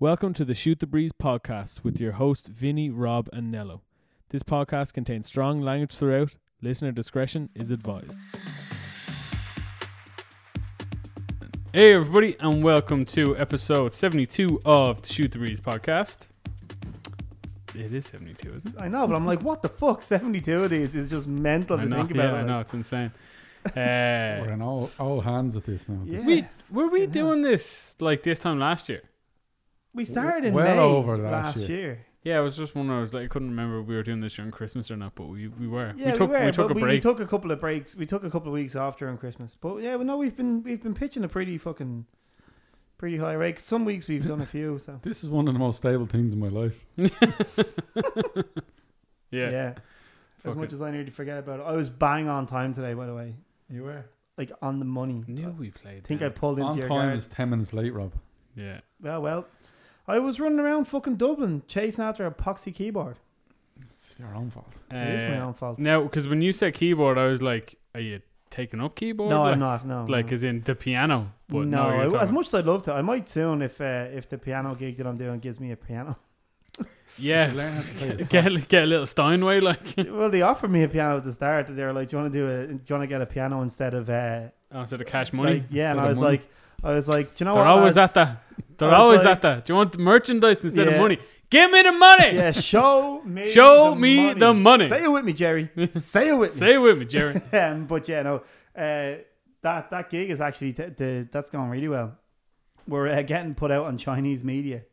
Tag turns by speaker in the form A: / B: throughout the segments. A: Welcome to the Shoot the Breeze podcast with your host Vinny, Rob, and Nello. This podcast contains strong language throughout. Listener discretion is advised. Hey everybody, and welcome to episode seventy-two of the Shoot the Breeze podcast. It is seventy-two. Isn't it?
B: I know, but I'm like, what the fuck? 72 of these is just mental
A: I
B: to
A: know,
B: think
A: yeah,
B: about.
A: I
B: I'm
A: know
B: like,
A: it's insane.
C: We're
A: Uh,
C: in all, all hands at this now.
B: Yeah.
A: we were we
B: Fucking hell.
A: doing this like this time last year?
B: We started in
C: Well
B: May
C: over
B: last
C: last
B: year.
A: Yeah, I was just wondering. I was like, I couldn't remember if we were doing this during Christmas or not, but we, we were.
B: Yeah,
A: we
B: we,
A: took
B: were,
A: we took
B: but
A: a
B: we,
A: break.
B: we took a couple of breaks. We took a couple of weeks off during Christmas. But yeah, well, no, we've been we've been pitching a pretty fucking pretty high rate. Some weeks we've done a few. So
C: This is one of the most stable things in my life.
A: yeah.
B: As
A: Fuck
B: much
A: it.
B: as I nearly forget about it, I was bang on time today. By the way,
C: You were?
B: like on the money.
A: knew we played.
B: I think I
A: them.
B: pulled into
C: On
B: your
C: time
B: guard.
C: is 10 minutes late, Rob.
A: Yeah.
B: Well, well, I was running around fucking Dublin chasing after a poxy keyboard.
C: It's your own fault.
B: it is my
A: Uh,
B: own fault.
A: Now, because when you said keyboard, I was like, "Are you taking up keyboard?"
B: no,
A: like,
B: I'm not. No,
A: Like,
B: no.
A: as in the piano. But no,
B: no,
A: you're
B: I- as
A: talking-
B: much as I'd love to, I might soon if uh, if the piano gig that I'm doing gives me a piano.
C: You
A: Yeah,
C: learn how to play a sax.
A: get get a little Steinway, er like.
B: well, they offered me a piano at the start. They were like, "Do you want to do a? Do you want to get a piano instead of uh,
A: Oh, so the cash money.
B: like yeah?" And
C: Instead
B: I
C: of
B: was
C: money.
B: like, "I was like, do you know
A: They're
B: what?
A: always
B: lads?
A: at that. They're
B: I was
A: always
B: like-
A: at that. Do you want the merchandise instead of
B: Yeah.
A: money? Give me the money.
B: Yeah, show me.
A: Show
B: the
A: me
B: money.
A: the money.
B: Say it with me, Jerry. Say it with me.
A: Say it with me, Jerry.
B: um, but yeah, no, uh, that that gig is actually t- the that's going really well. We're uh, getting put out on Chinese media.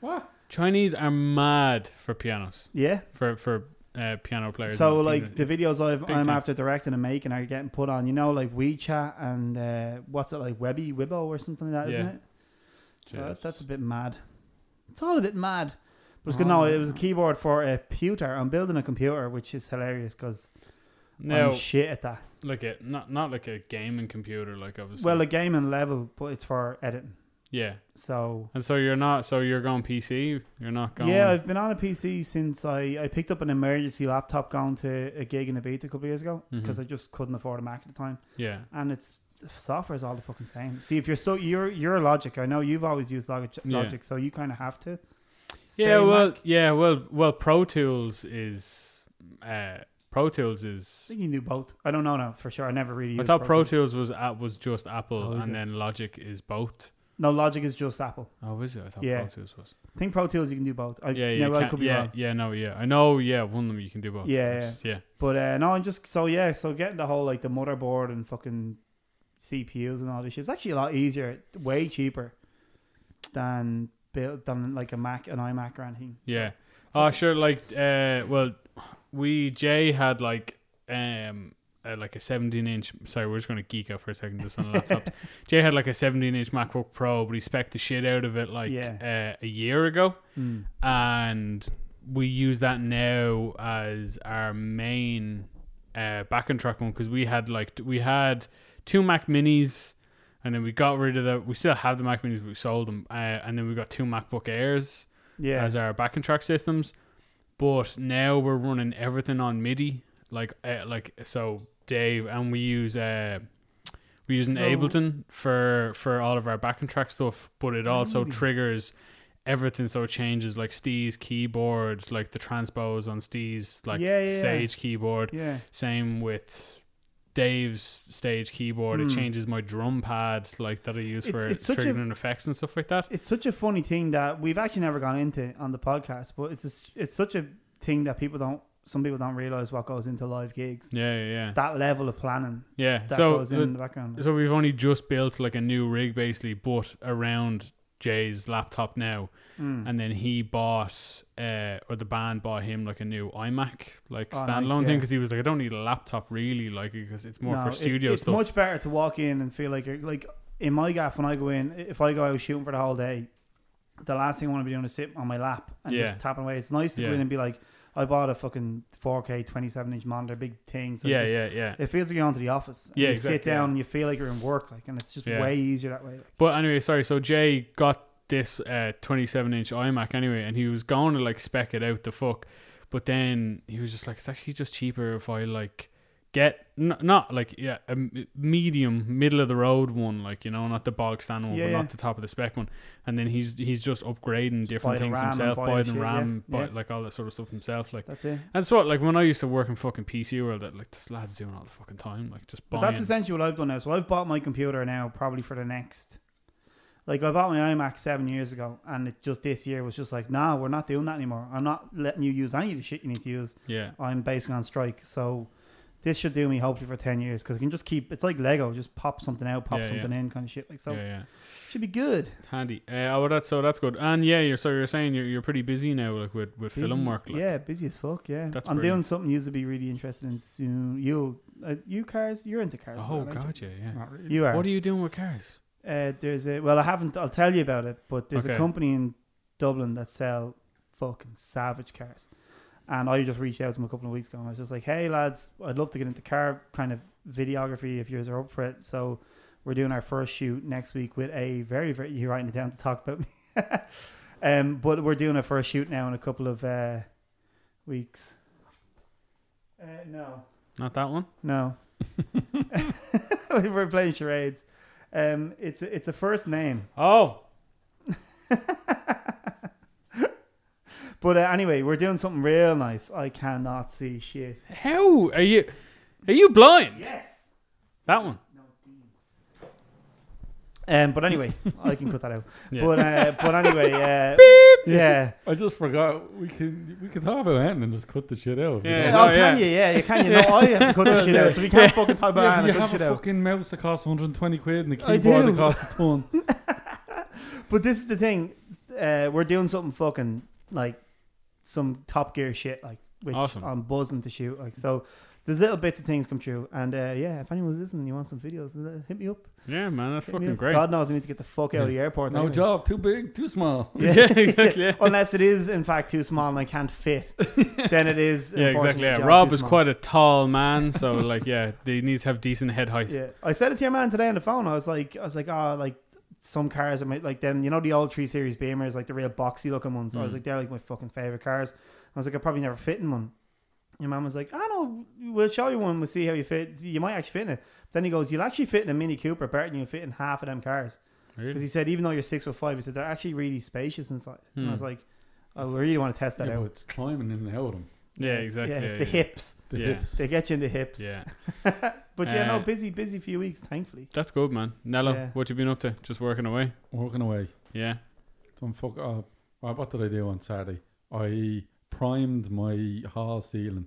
C: What?
A: Chinese are mad for pianos
B: Yeah.
A: for for uh, piano players.
B: So
A: and
B: like the
A: people.
B: videos I've,
A: big
B: I'm
A: time.
B: after directing and making are getting put on, you know, like WeChat and uh, what's it like Webby Wibbo or something like that,
A: Yeah.
B: not it? So
A: Jesus.
B: that's, that's a bit mad. It's all a bit mad. But it's good.
C: Oh.
A: Um,
B: No, it was a keyboard for a computer. I'm building a computer, which is hilarious because
A: now
B: I'm shit at that.
A: like a not not like a gaming computer, like obviously.
B: Well, a gaming level, but it's for editing.
A: yeah,
B: So
A: and so you're not. So you're going PC. You're not going.
B: yeah, I've been on a PC since I, I picked up an emergency laptop going to a gig in a beat a couple of years ago
A: Mhm.
B: because I just couldn't afford a Mac at the time.
A: yeah.
B: and it's software's all the fucking same. See, if you're so you're you're logic. I know you've always used logic,
A: Yeah.
B: logic so you kind of have to. stay
A: Yeah, well,
B: Mac.
A: yeah, well, well, Pro Tools is uh, Pro Tools is.
B: I think you knew both. I don't know now for sure. I never really.
A: I
B: Used
A: thought Pro
B: Tools.
A: Tools was uh, was just Apple,
B: Oh, is
A: and
B: it?
A: then Logic is both.
B: No, logic is just Apple.
A: Oh, is it? I thought
B: Yeah.
A: Pro Tools was.
B: I think Pro Tools you can do both. I,
A: Yeah, yeah,
B: no,
A: you
B: I
A: can't-
B: could be
A: yeah,
B: wrong.
A: yeah, no, yeah, I know. Yeah, one of them you can do both.
B: Yeah,
A: I
B: yeah.
A: just- yeah.
B: But uh, no, I'm just so yeah. So getting the whole like the motherboard and fucking CPUs and all this shit. It's actually a lot easier, way cheaper than build than like a Mac, an iMac or anything. So-
A: Yeah. Oh, sure. Like, uh, well, we Jay had like um uh, like a 17 inch. Sorry, we're just gonna geek out for a second just on laptops. Jay had like a 17 inch MacBook Pro, but he spec the shit out of it like uh, a year ago,
B: Mm.
A: and we use that now as our main uh, back and track one because we had like t- we had two Mac Minis. And then we got rid of the. We still have the Mac Minis. but We sold them, uh, and then we got two MacBook Airs
B: Yeah.
A: as our back and track systems. But now we're running everything on MIDI, like uh, like so Dave, and we use uh, we use an
B: So-
A: Ableton for for all of our back and track stuff. But it also
B: Really?
A: triggers everything, so it changes like Steve's keyboard, like the transpose on Steve's like
B: Yeah, yeah, yeah.
A: stage keyboard.
B: yeah.
A: Same with. Dave's stage keyboard it
B: Hmm.
A: changes my drum pad like that I use
B: It's-
A: for
B: it's such a-
A: triggering effects and stuff like that.
B: it's such a funny thing that we've actually never gone into on the podcast, but it's just, it's such a thing that people don't some people don't realize what goes into live gigs.
A: Yeah, yeah, yeah.
B: That level of planning
A: yeah.
B: that
A: so
B: goes in,
A: the-
B: in the background.
A: So we've only just built like a new rig basically, but around Jay's laptop now,
B: Mm.
A: and then he bought, uh, or the band bought him like a new iMac, like
B: Oh,
A: standalone thing
B: nice,
A: 'cause thing,
B: yeah.
A: because he was like, I don't need a laptop really, like because it's more
B: No,
A: for
B: it's-
A: studio
B: it's,
A: stuff.
B: much better to walk in and feel like you're like in my gaff when I go in, if I go out shooting for the whole day, the last thing I want to be doing is sit on my lap and
A: Yeah.
B: just tapping away. It's nice to
A: Yeah.
B: go in and be like, I bought a fucking 4K 27 inch monitor, big thing. So
A: yeah,
B: just-
A: yeah, yeah.
B: It feels like you're onto the office. And
A: Yeah,
B: you sit
A: exactly,
B: down
A: yeah.
B: and you feel like you're in work, like, and it's just
A: Yeah.
B: way easier that way. Like.
A: But anyway, sorry. So Jay got this uh, 27 inch iMac anyway, and he was going to like spec it out the fuck, but then he was just like, it's actually just cheaper if I like get n- not like yeah a m- medium middle of the road one like you know not the bog standard one
B: Yeah,
A: but
B: yeah.
A: not the top of the spec one and then he's he's just upgrading different
B: buy the
A: things
B: RAM and
A: himself
B: buy
A: buy
B: the
A: the
B: shit,
A: ram
B: yeah,
A: buy
B: yeah.
A: like all that sort of stuff himself like
B: That's it.
A: that's what like when I used to work in fucking PC world that like this lad's doing all the fucking time like just
B: But
A: buying
B: that's essentially what I've done now. So I've bought my computer now probably for the next. Like I bought my iMac seven years ago, and it just this year was just like, nah, we're not doing that anymore. I'm not letting you use any of the shit you need to use.
A: yeah
B: I'm basing on strike, so this should do me hopefully for ten years because I can just keep. It's like Lego, just pop something out, pop
A: Yeah, yeah.
B: something in, kind of shit. Like so,
A: yeah yeah
B: should be good.
A: it's handy uh, oh well, that's so that's good and yeah you're so you're saying you're, you're pretty busy now like with with film
B: Busy-
A: work like.
B: Yeah, busy as fuck. Yeah,
A: That's
B: I'm doing
A: brilliant.
B: something you'll be really interested in soon. You, uh, you cars, you're into cars.
A: oh
B: aren't you?
A: god yeah yeah
C: Not really.
B: you are.
A: what are you doing with cars
B: Uh, there's a well, I haven't. I'll tell you about it. But there's a
A: Okay.
B: company in Dublin that sell fucking savage cars, and I just reached out to them a couple of weeks ago. and I was just like, "Hey lads, I'd love to get into car kind of videography if yours are up for it." So we're doing our first shoot next week with a very very. You're writing it down to talk about me. um, but we're doing a first shoot now in a couple of uh, weeks. Uh, no.
A: not that one
B: No. We're playing charades. Um, it's a, it's a first name,
A: oh
B: but uh, anyway, we're doing something real nice. I cannot see shit.
A: How are you? Are you blind?
B: Yes.
A: That one.
B: Um, but anyway, I can cut that out.
A: Yeah.
B: But uh, but anyway, uh, yeah.
C: I just forgot we can we can talk about anything and just cut the shit out.
A: Yeah.
B: Oh,
A: no,
B: can
A: yeah.
B: you? Yeah, you can. You know, I have to cut this shit out, so we can't fucking talk
C: Yeah,
B: about
C: but
B: it
C: you
B: and cut
C: have a
B: shit out.
C: fucking mouse that costs 120 quid and a
B: I
C: keyboard
B: do.
C: that costs a ton.
B: But this is the thing. Uh, we're doing something fucking like some Top Gear shit, like which
A: Awesome.
B: I'm buzzing to shoot. Like so, there's little bits of things come true. And uh, yeah, if anyone's listening, and you want some videos, uh, hit me up.
A: Yeah, man, that's
B: Hit me
A: fucking
B: up.
A: great.
B: God knows I need to get the fuck out of the airport.
C: No
B: anyway.
C: job, too big, too small.
A: Yeah, exactly. Yeah,
B: Unless it is in fact too small and I can't fit, then it is.
A: Yeah, exactly.
B: unfortunately, a
A: Yeah.
B: job
A: Rob
B: too
A: is
B: small.
A: quite a tall man, so like, yeah, he needs to have decent head height.
B: Yeah, I said it to your man today on the phone. I was like, I was like, oh, like some cars are my, like them. You know the old three series Beamers, like the real boxy looking ones. I was
A: Mm.
B: like, they're like my fucking favorite cars. I was like, I probably never fit in one. Your mum was like, I know, we'll show you one. We'll see how you fit. You might actually fit in it. Then he goes, you'll actually fit in a Mini Cooper better than you fit in half of them cars. Because
A: Really?
B: he said, even though you're six foot five, he said they're actually really spacious inside. And I
A: Hmm.
B: was like, I really want to test that
C: Yeah, but
B: out.
C: it's climbing in and out of them.
A: Yeah,
B: It's-
A: exactly.
B: Yeah, it's
A: yeah,
B: the
A: yeah.
B: hips.
C: The
A: Yeah.
C: hips.
B: They get you in the hips.
A: Yeah.
B: But yeah,
A: Uh,
B: no, busy, busy few weeks, thankfully.
A: that's good, man. Nello,
B: Yeah.
A: what you been up to? Just working away.
C: Working away.
A: Yeah.
C: Don't fuck up. Well, What did I do on Saturday? I primed my hall ceiling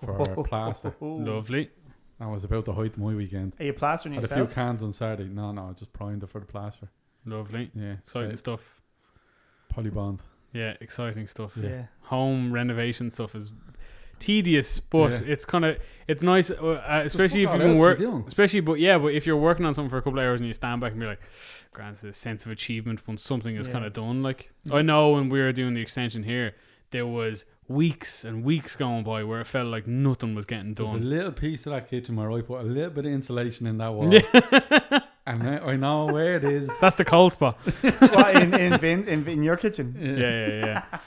C: for
B: Oh.
C: plaster.
A: Lovely.
C: That was about the height of my weekend.
B: Are you plastering
C: Had a few
B: yourself?
C: cans on Saturday. No, no, I just primed it for the plaster.
A: Lovely.
C: Yeah,
A: Exciting
C: so
A: stuff.
C: polybond.
A: Yeah, exciting stuff.
C: Yeah.
B: Yeah.
A: Home renovation stuff is tedious, but
C: Yeah.
A: it's kind of it's nice, uh, uh,
C: There's
A: especially if
C: fuck
A: you've
C: all
A: been
C: else
A: work.
C: to be doing.
A: Especially, but yeah, but if you're working on something for a couple of hours and you stand back and be like, grants a sense of achievement when something is
B: Yeah.
A: kind of done. Like
C: Mm.
A: I know when we were doing the extension here, there was weeks and weeks going by where it felt like nothing was getting
C: There's a
A: done.
C: little piece of that kitchen where I put a little bit of insulation in that wall,
A: Yeah,
C: and I, I know where it is.
A: that's the cold spot.
B: What, in, in, Vin, in, in your kitchen?
A: Yeah, yeah,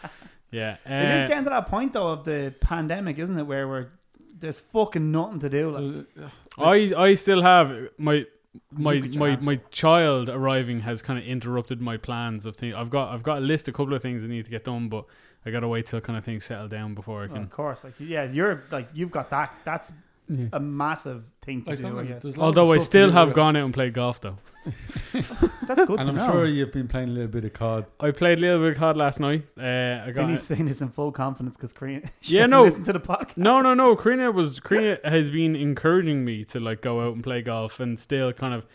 A: yeah,
B: It
A: yeah.
B: is
A: Uh,
B: getting to that point, though, of the pandemic, isn't it? Where we're, there's fucking nothing to do.
C: uh,
B: Like,
A: I I still have my. My
B: Look at your
A: my,
B: asshole.
A: my child arriving has kind of interrupted my plans of things. I've got I've got a list a couple of things that need to get done, but I gotta wait till kind of things settle down before I
B: well,
A: can.
B: of course. Like, yeah, you're like, you've got that. That's
C: Yeah.
B: a massive thing to
C: Like,
B: do,
C: don't
B: I
C: like-
B: guess.
C: there's loads of
A: Although I
C: stuff to
A: still
C: do
A: have
C: with-
A: gone out and played golf though.
B: That's good
C: and
B: to
C: I'm
B: know.
C: sure you've been playing a little bit of COD.
A: I played a little bit of COD last night. Uh, I got
B: Denny's saying this in full confidence because Korean. She
A: Yeah,
B: yeah, no.
A: no.
B: Listen to the podcast.
A: no, no, no. Karina was Karina has been encouraging me to like go out and play golf and still kind of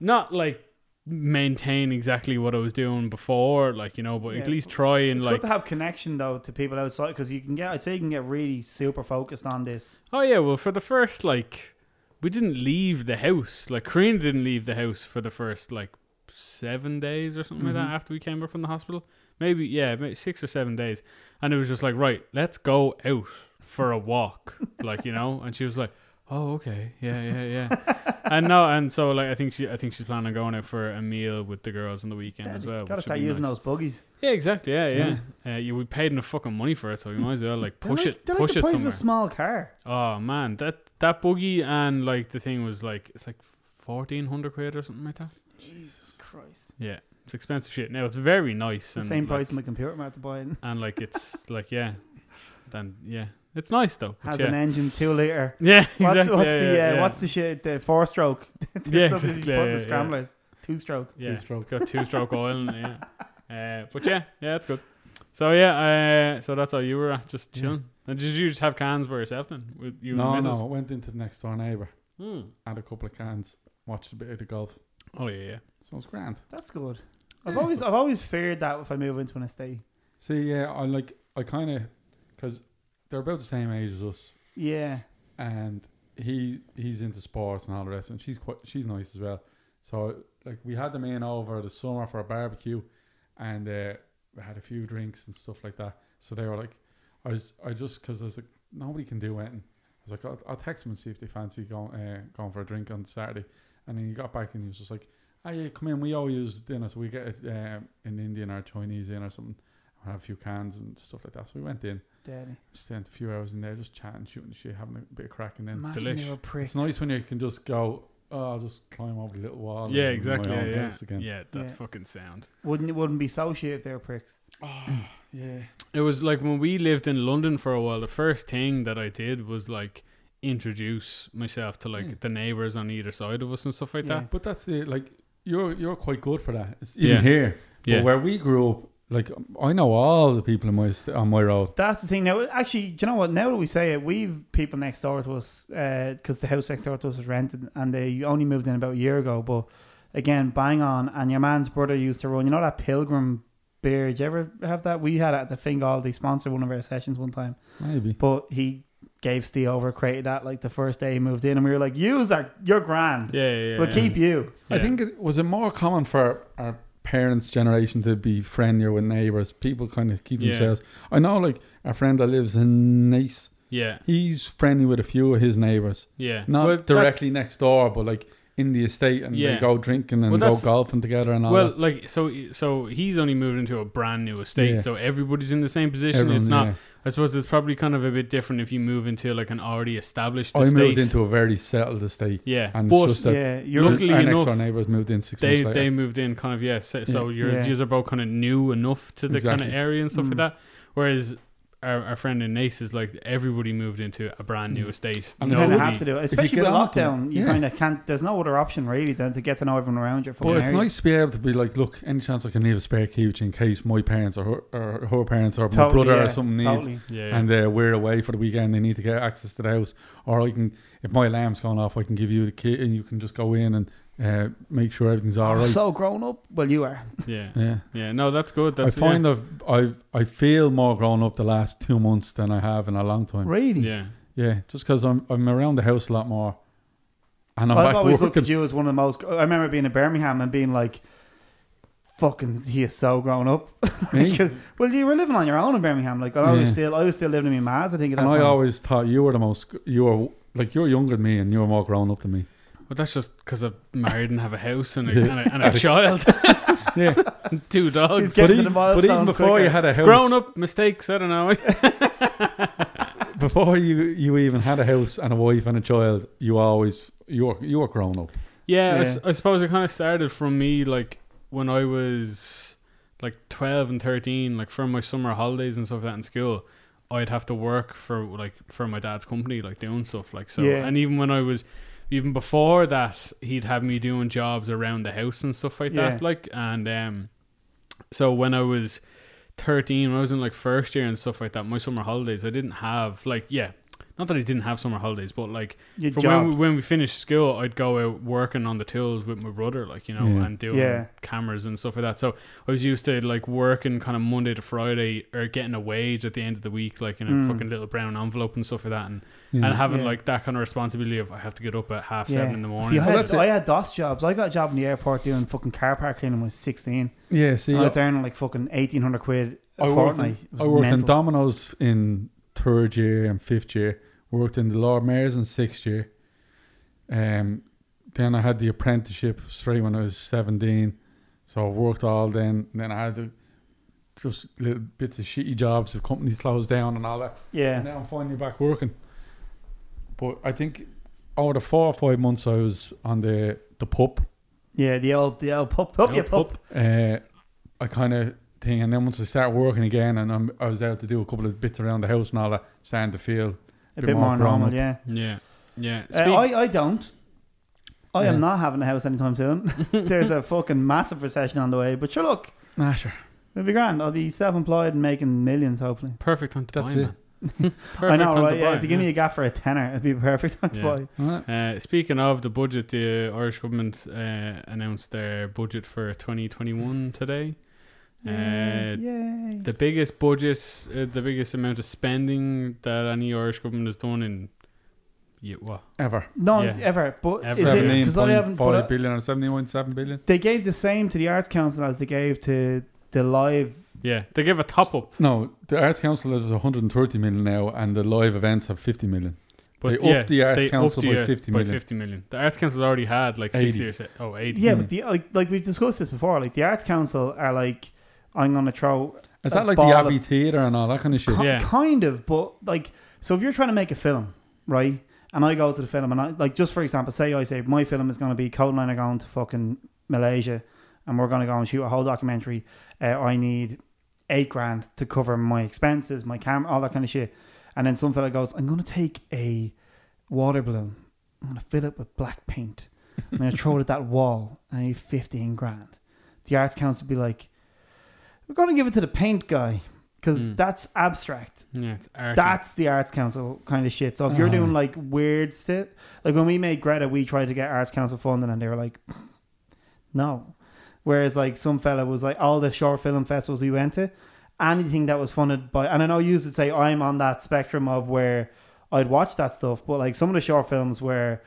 A: not like maintain exactly what I was doing before, like you know, but
B: Yeah.
A: at least try and
B: It's
A: like
B: good to have connection though to people outside because you can get. I'd say you can get really super focused on this.
A: oh yeah, well for the first like we didn't leave the house. Like Karina didn't leave the house for the first like seven days or something like
C: Mhm.
B: Mm-hmm.
A: that after we came back from the hospital. Maybe yeah, maybe six or seven days, and it was just like right, let's go out for a walk, like you know. And she was like, "Oh, okay, yeah, yeah, yeah." and no, and so like I think she, I think she's planning on going out for a meal with the girls on the weekend as well.
B: Gotta
A: which would
B: start
A: be
B: using
A: nice.
B: those buggies.
A: Yeah, exactly. Yeah, yeah. Uh, you we paid enough fucking money for it, so we might as well like
B: They're
A: push
B: like,
A: it,
B: They're
A: push
B: like the
A: it
B: price
A: somewhere.
B: of a small car.
A: oh man, that that boogie and like the thing was like it's like fourteen hundred quid or something like that.
B: Jesus Christ.
A: Yeah, it's expensive shit. Now it's very nice.
B: It's the
A: and,
B: same
A: like,
B: price my computer I'm to buy it.
A: and like it's like yeah, then yeah, it's nice though. but
B: Has
A: yeah.
B: an engine, two liter.
A: yeah, exactly.
B: What's, what's
A: yeah,
B: the
A: yeah,
B: uh,
A: yeah.
B: what's the shit? The four stroke. this
A: Yeah,
B: stuff that
A: exactly,
B: you put
A: yeah,
B: in
A: yeah.
B: the scramblers. Two stroke.
A: yeah,
C: Two-stroke.
A: it's got two stroke oil, in it, yeah. Uh, but yeah, yeah, it's good. So yeah, uh, so that's how you were at, just
C: Yeah.
A: chilling. And did you just have cans by yourself then? With you
C: no,
A: and
C: no,
A: Mrs.
C: I went into the next door neighbour,
A: Hmm.
C: had a couple of cans, watched a bit of the golf.
A: Oh yeah, yeah.
C: So it's grand.
B: That's good. I've
A: Yeah.
B: always I've always feared that if I move into an estate.
C: See, yeah, I like, I kind of, because they're about the same age as us,
B: Yeah.
C: and he he's into sports and all the rest, and she's quite she's nice as well. So like we had them in over the summer for a barbecue, and uh, we had a few drinks and stuff like that. So they were like, I was I just because I was like nobody can do anything. I was like I'll, I'll text them and see if they fancy going uh, going for a drink on Saturday, and then he got back and he was just like, Hey, yeah, come in, we all use dinner, so we get it, um, an Indian or Chinese in or something. I have a few cans and stuff like that. So we went in,
B: Daddy.
C: spent a few hours in there just chatting, shooting the shit, having a bit of crack, and then
B: Imagine
A: delish.
B: they were pricks.
C: it's nice when you can just go, oh, I'll just climb over the little wall.
A: Yeah,
C: and
A: exactly.
C: my
A: Yeah,
C: own
A: yeah.
C: house Again.
A: yeah, that's
B: Yeah.
A: fucking sound.
B: Wouldn't it wouldn't be so shit if they were pricks.
C: Oh, yeah.
A: It was like when we lived in London for a while. The first thing that I did was like introduce myself to like
C: Yeah.
A: the neighbors on either side of us and stuff like
B: Yeah.
A: that.
C: But that's it. Like you're you're quite good for that. It's even
A: Yeah.
C: here.
A: Yeah.
C: But where we grew up, like I know all the people in my st- on my road.
B: That's the thing. Now, actually, do you know what? Now that we say it, we've people next door to us because the house next door to us was rented, and they only moved in about a year ago. But again, bang on. And your man's brother used to run. You know that Pilgrim beer? Did you ever have that? We had it at the Fingal. They sponsored one of our sessions one time.
C: Maybe.
B: But he gave Steve over, created that like the first day he moved in, and we were like, "Yous are you're grand.
A: Yeah, yeah. yeah
B: we'll
A: yeah.
B: keep you."
C: I
A: Yeah.
C: think it was it more common for our parents' generation to be friendlier with neighbours. People kind of keep
A: Yeah.
C: themselves. I know, like our friend that lives in Nice,
A: Yeah,
C: he's friendly with a few of his neighbours.
A: yeah.
C: Not
A: Well, that-
C: directly next door, but like in the estate, and
A: Yeah.
C: they go drinking and
A: Well,
C: go
A: that's-
C: golfing together and all.
A: well,
C: that.
A: like so, so he's only moved into a brand new estate,
C: Yeah.
A: so everybody's in the same position.
C: Everyone,
A: it's not.
C: yeah.
A: I suppose it's probably kind of a bit different if you move into like an already established
C: I
A: estate.
C: moved into a very settled estate,
A: yeah,
C: and
A: but
C: it's just that
B: yeah, you're
A: Luckily
C: our next
A: enough,
C: door neighbours moved in six
A: they
C: months
A: they
C: later.
A: moved in kind of yeah. So, so yours
B: Yeah.
A: yours are both kind of new enough to the
C: Exactly.
A: kind of area and stuff
B: Mm.
A: like that. Whereas our, our friend in Nace is like everybody moved into a brand new
C: Mm.
A: estate.
C: And
B: you
C: No,
B: kind of
C: we-
B: have to do it,
C: if you
B: especially
C: get
B: with
C: on to it,
B: lockdown. You
C: yeah.
B: kind of can't. There's no other option really than to get to know everyone around you.
C: But it's nice to be able to be like, look, any chance I can leave a spare key, which in case my parents or her, or her parents or my brother or something needs,
B: Totally.
A: yeah, yeah.
C: and uh, we're away for the weekend, they need to get access to the house, or I can, if my alarm's gone off, I can give you the key, and you can just go in and uh, make sure everything's all
B: I'm
C: right.
B: Oh, So grown up. Well, you are.
A: yeah,
C: yeah.
A: yeah. No, that's good. That's
C: I find I've, I've I feel more grown up the last two months than I have in a long time.
A: yeah.
B: Really?
A: yeah.
C: Yeah, just because I'm I'm around the house a lot more, and I'm
B: I've
C: back
B: always looked
C: working.
B: at you as one of the most. I remember being in Birmingham and being like, "Fucking, he is so grown up."
C: Me?
B: 'Cause- well, you were living on your own in Birmingham. Like I was
C: Yeah.
B: still, I was still living in my ma's. I think at that
C: and I
B: time.
C: always thought you were the most you were like you're younger than me and you're more grown up than me.
A: But that's just because I'm married and have a house and a,
C: Yeah.
A: and a, and a child,
C: Yeah,
A: and two dogs.
B: He's Get
C: but,
B: to the
C: even, but
B: milestones
C: even before
B: quicker.
C: you had a house,
A: Grown up mistakes. I don't know.
C: before you you even had a house and a wife and a child, you always you were you were grown up.
A: Yeah, I
B: Yeah.
A: s I I, suppose it kind of started from me like when I was like 12 and 13, like for my summer holidays and stuff like that in school, I'd have to work for like for my dad's company, like doing stuff like so.
B: Yeah.
A: And even when I was even before that, he'd have me doing jobs around the house and stuff like that,
B: Yeah.
A: like and um so when I was 13, when I was in like first year and stuff like that, my summer holidays, I didn't have like yeah, not that I didn't have summer holidays, but like
B: Your
A: from when we,
B: jobs.
A: when we finished school, I'd go out working on the tools with my brother, like you know,
C: Yeah.
A: and doing
B: Yeah.
A: cameras and stuff like that. So I was used to like working kind of Monday to Friday or getting a wage at the end of the week, like in a
B: Mm.
A: fucking little brown envelope and stuff like that, and,
C: Yeah.
A: and having
B: Yeah.
A: like that kind of responsibility of I have to get up at half seven in the morning.
B: See, I
C: Well,
B: had,
C: that's it.
B: I had DOS jobs. I got a job in the airport doing fucking car park cleaning when I was 16.
C: yeah, see,
B: And I was earning like fucking 1800 quid a
C: I worked,
B: fortnight.
C: in,
B: It was
C: I worked in
B: mental.
C: Domino's in third year and fifth year. Worked in the Lord Mayor's in sixth year. Um, then I had the apprenticeship straight when I was 17. So I worked all then. And then I had to just little bits of shitty jobs if companies closed down and all that. And
B: Yeah.
C: now I'm finally back working. But I think over the four or five months I was on the, the pup,
B: Yeah, the old the old pup pup
A: The
B: yeah
A: old
B: pup.
C: uh, I kind of thing. And then once I started working again and I'm, I was out to do a couple of bits around the house and all that, starting to feel
B: A bit, more
C: grown
B: normal,
C: up.
B: yeah.
A: Yeah. Yeah.
B: Uh,
A: Speak-
B: I, I don't. I
C: Yeah.
B: am not having a house anytime soon. There's a fucking massive recession on the way. But sure, look,
C: Ah, sure.
B: it'll be grand. I'll be self-employed and making millions, hopefully.
A: perfect time to
C: That's
A: buy,
C: it.
A: man. perfect
B: I know,
A: time
B: right?
A: to
B: yeah,
A: buy,
B: to give me a gaff for a tenner, it'd be perfect time
A: Yeah.
B: to buy.
C: Alright.
A: Uh, speaking of the budget, the Irish government uh, announced their budget for 2021 today. Uh,
B: Yay.
A: The biggest budget, uh, the biggest amount of spending that any Irish government has done in, yeah, what?
C: Ever.
B: no,
A: yeah.
B: ever. But
A: Ever.
B: is it because I
C: 17.5
B: haven't? but I-
C: billion or 17.7 billion.
B: they gave the same to the Arts Council as they gave to the live.
A: Yeah, they give a top up,
C: No, the Arts Council is 130 million now, and the live events have 50 million.
A: but
C: They
A: yeah,
C: upped the Arts
A: they
C: Council
A: upped the
C: by
A: Ar-
C: 50
A: by
C: million.
A: 50 million. The Arts Council's already had like 60 or se- oh, 80.
B: Yeah,
C: Hmm.
B: but the, like like we've discussed this before. Like the Arts Council are like, I'm gonna throw
C: Is
B: A
C: that like
B: ball
C: the Abbey
B: of-
C: Theatre and all that kind of shit?
B: Ki-
A: Yeah.
B: Kind of, but like, so if you're trying to make a film, right? And I go to the film, and I like, just for example, say I say my film is going to be Cold Line are going to fucking Malaysia, and we're going to go and shoot a whole documentary. Uh, I need eight grand to cover my expenses, my camera, all that kind of shit. And then some fella goes, I'm going to take a water balloon, I'm going to fill it with black paint, I'm going to throw it at that wall, and I need 15 grand. The Arts Council would be like, we're going to give it to the paint guy because
A: Mm.
B: that's abstract.
A: yeah, it's arty.
B: That's the Arts Council kind of shit. So if you're
C: Oh.
A: Uh-huh.
B: doing like weird stuff, like when we made Greta, we tried to get Arts Council funding and they were like, no. Whereas like some fella was like, all the short film festivals we went to, anything that was funded by, and I know you would say I'm on that spectrum of where I'd watch that stuff, but like some of the short films were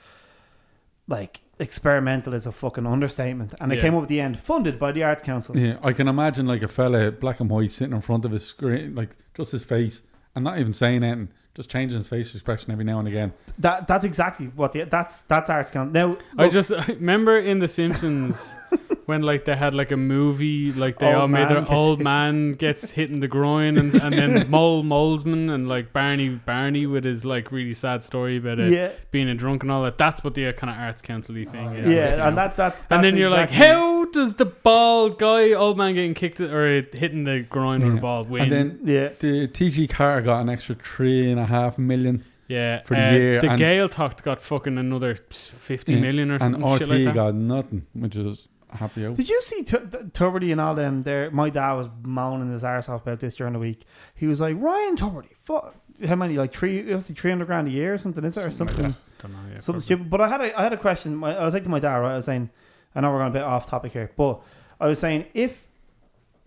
B: like experimental is a fucking understatement. And it
A: Yeah.
B: came up at the end funded by the Arts Council.
C: Yeah, I can imagine like a fella, black and white, sitting in front of his screen, like just his face, and not even saying anything, just changing his facial expression every now and again.
B: That that's exactly what the that's that's Arts Council. Now
A: I
B: look,
A: just I remember in The Simpsons when like they had like a movie like they
B: Old
A: all made
B: man
A: their
B: gets
A: old
B: hit.
A: man gets hit in the groin and, and then Mole Molesman and like Barney Barney with his like really sad story about it
B: yeah,
A: being a drunk and all that. That's what the uh, kind of arts council y thing is.
B: Oh, yeah,
A: like, you know.
B: and that that's, that's
A: and then you're
B: exactly-
A: like, how does the bald guy, old man getting kicked or hitting the groin with a
C: Yeah.
A: ball win?
C: And then
B: yeah,
C: the TG Carr got an extra three and a half million,
A: yeah,
C: for the
A: uh,
C: year
A: the
C: and-
A: Gale talked got fucking another fifty
C: Yeah,
A: million or
C: and
A: something
C: RT
A: shit like that.
C: got nothing, which is happy out.
B: Did you see Tu- Th- Tuberty and all them there? My dad was moaning his arse off about this during the week. He was like, Ryan Tuberty, fuck. How many like three? Is it three hundred grand a year or something? Is there or
A: Something
B: something?
A: like Dunno, yeah,
B: something
A: probably.
B: stupid. But I had a I had a question. My, I was like to my dad, right? I was saying, I know we're going a bit off topic here, but I was saying if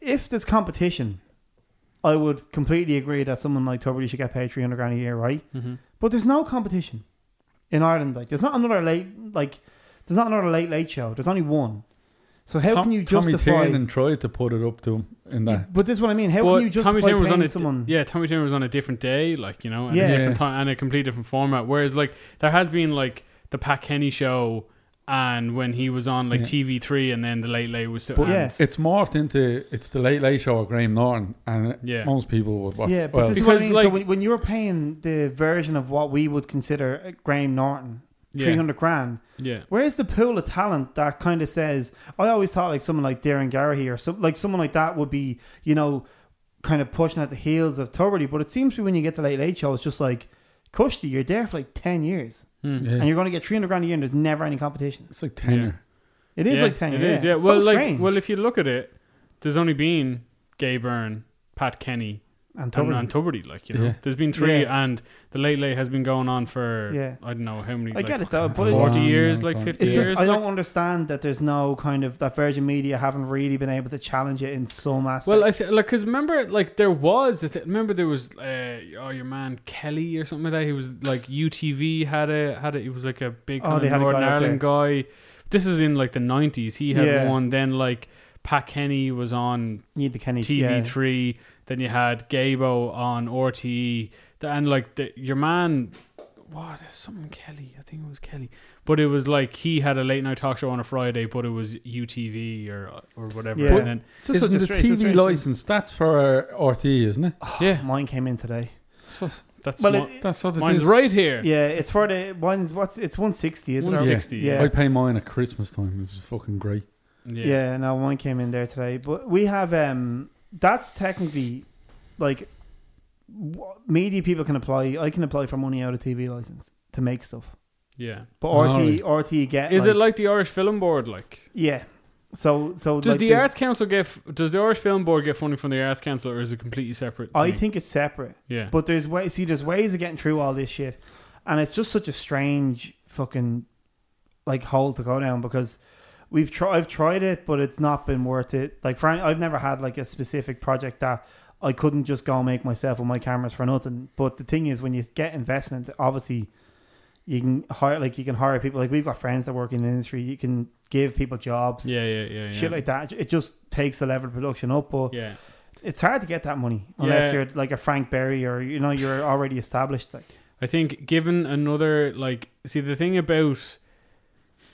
B: if this competition, I would completely agree that someone like Tuberty should get paid three hundred grand a year, right?
A: Mhm.
B: But there's no competition in Ireland. Like there's not another late like there's not another late late show. There's only one. So how
C: Tom-
B: can you
C: Tommy
B: justify?
C: Tiernan tried to put it up to him in that.
B: But this is what I mean. How
A: But
B: can you justify
A: Tommy Turner was on
B: paying
A: a di-
B: someone?
A: yeah, Tommy Turner was on a different day, like you know, and
B: Yeah.
A: a different time and a completely different format. Whereas like there has been like the Pat Kenny show, and when he was on like
C: Yeah.
A: TV three, and then the Late Late was still.
B: But-
A: and-
B: Yeah.
C: It's morphed into it's the Late Late Show of Graham Norton, and
A: Yeah.
C: most people would watch.
B: Yeah, but
C: well,
B: this is what I
A: because,
B: mean. so
A: like-
B: when, when you're paying the version of what we would consider uh, Graham Norton,
A: Yeah.
B: three hundred grand,
A: yeah,
B: where's the pool of talent that kind of says? I always thought like someone like Darren Garahy or some like someone like that would be, you know, kind of pushing at the heels of Tuberty. But it seems to be when you get to late late show, it's just like, Cushty, you're there for like ten years,
A: Hmm.
C: yeah.
B: and you're going to get three hundred grand a year, and there's never any competition.
C: it's like tenure.
B: It is
A: Yeah,
B: like ten
A: it
B: years.
A: is, yeah.
B: It's
A: well,
B: so
A: like,
B: strange.
A: well, if you look at it, there's only been Gay Byrne, Pat Kenny,
B: and
A: and,
B: Tuberty.
A: and Tuberty. Like you know,
C: Yeah.
A: there's been three,
B: Yeah.
A: and the Late Late has been going on for
B: Yeah.
A: I don't know how many.
B: I
A: like,
B: get it though, but it,
C: Four.
A: 40
C: Long,
A: years,
C: long
A: like
C: time.
A: 50
B: It's
A: years.
B: just I
A: like-
B: don't understand that there's no kind of that Virgin Media haven't really been able to challenge it in some aspect.
A: Well, I th- like because remember, like there was a th- remember there was uh, oh your man Kelly or something like that. He was like UTV had a had a he was like a big
B: Oh,
A: kind
B: they
A: of
B: had a
A: Northern
B: guy up
A: Ireland guy. This is in like the nineties. He had
B: Yeah.
A: one. Then like Pat Kenny was on
B: you need the Kenny
A: TV
B: yeah.
A: E. three. Then you had Gabo on RTE. Th- And like the, your man, what something Kelly. I think it was Kelly, but it was like he had a late night talk show on a Friday, but it was UTV or or whatever.
B: Yeah.
A: And then
C: It's just
B: Isn't
C: the
B: it strange- it's
C: TV
B: strange,
C: license. That's for uh, RT, isn't it?
A: yeah,
B: Oh, Mine came in today.
C: So,
A: that's
B: Well,
A: mi-
B: it-
C: that's what it
A: mine's
C: is.
A: right here.
B: Yeah, it's for the one's what's it's one sixty, isn't
A: One
B: it?
A: sixty.
B: Yeah.
A: Yeah.
C: I pay mine at Christmas time. It's fucking great.
A: yeah.
B: Yeah. no, one came in there today. But we have um that's technically like w- media people can apply. I can apply for money out of TV license to make stuff.
A: Yeah.
B: But E,
C: Oh,
B: RT RT get
A: Is it like the Irish Film Board? Like,
B: yeah? So so
A: does
B: like,
A: the
B: there's-
A: Arts Council get? f- Does the Irish Film Board get funding from the Arts Council, or is it completely separate?
B: I
A: thing?
B: think it's separate.
A: Yeah.
B: But there's ways. See, there's ways of getting through all this shit, and it's just such a strange fucking like hole to go down because we've tried. I've tried it, but it's not been worth it. Like, Frank, I've never had like a specific project that I couldn't just go and make myself with my cameras for nothing. But the thing is, when you get investment, obviously you can hire like you can hire people. Like we've got friends that work in the industry. You can give people jobs.
A: yeah, yeah, yeah, yeah.
B: Shit like that. It just takes the level of production up, but
A: yeah.
B: it's hard to get that money unless
A: Yeah.
B: you're like a Frank Berry or you know you're already established. Like
A: I think given another like see the thing about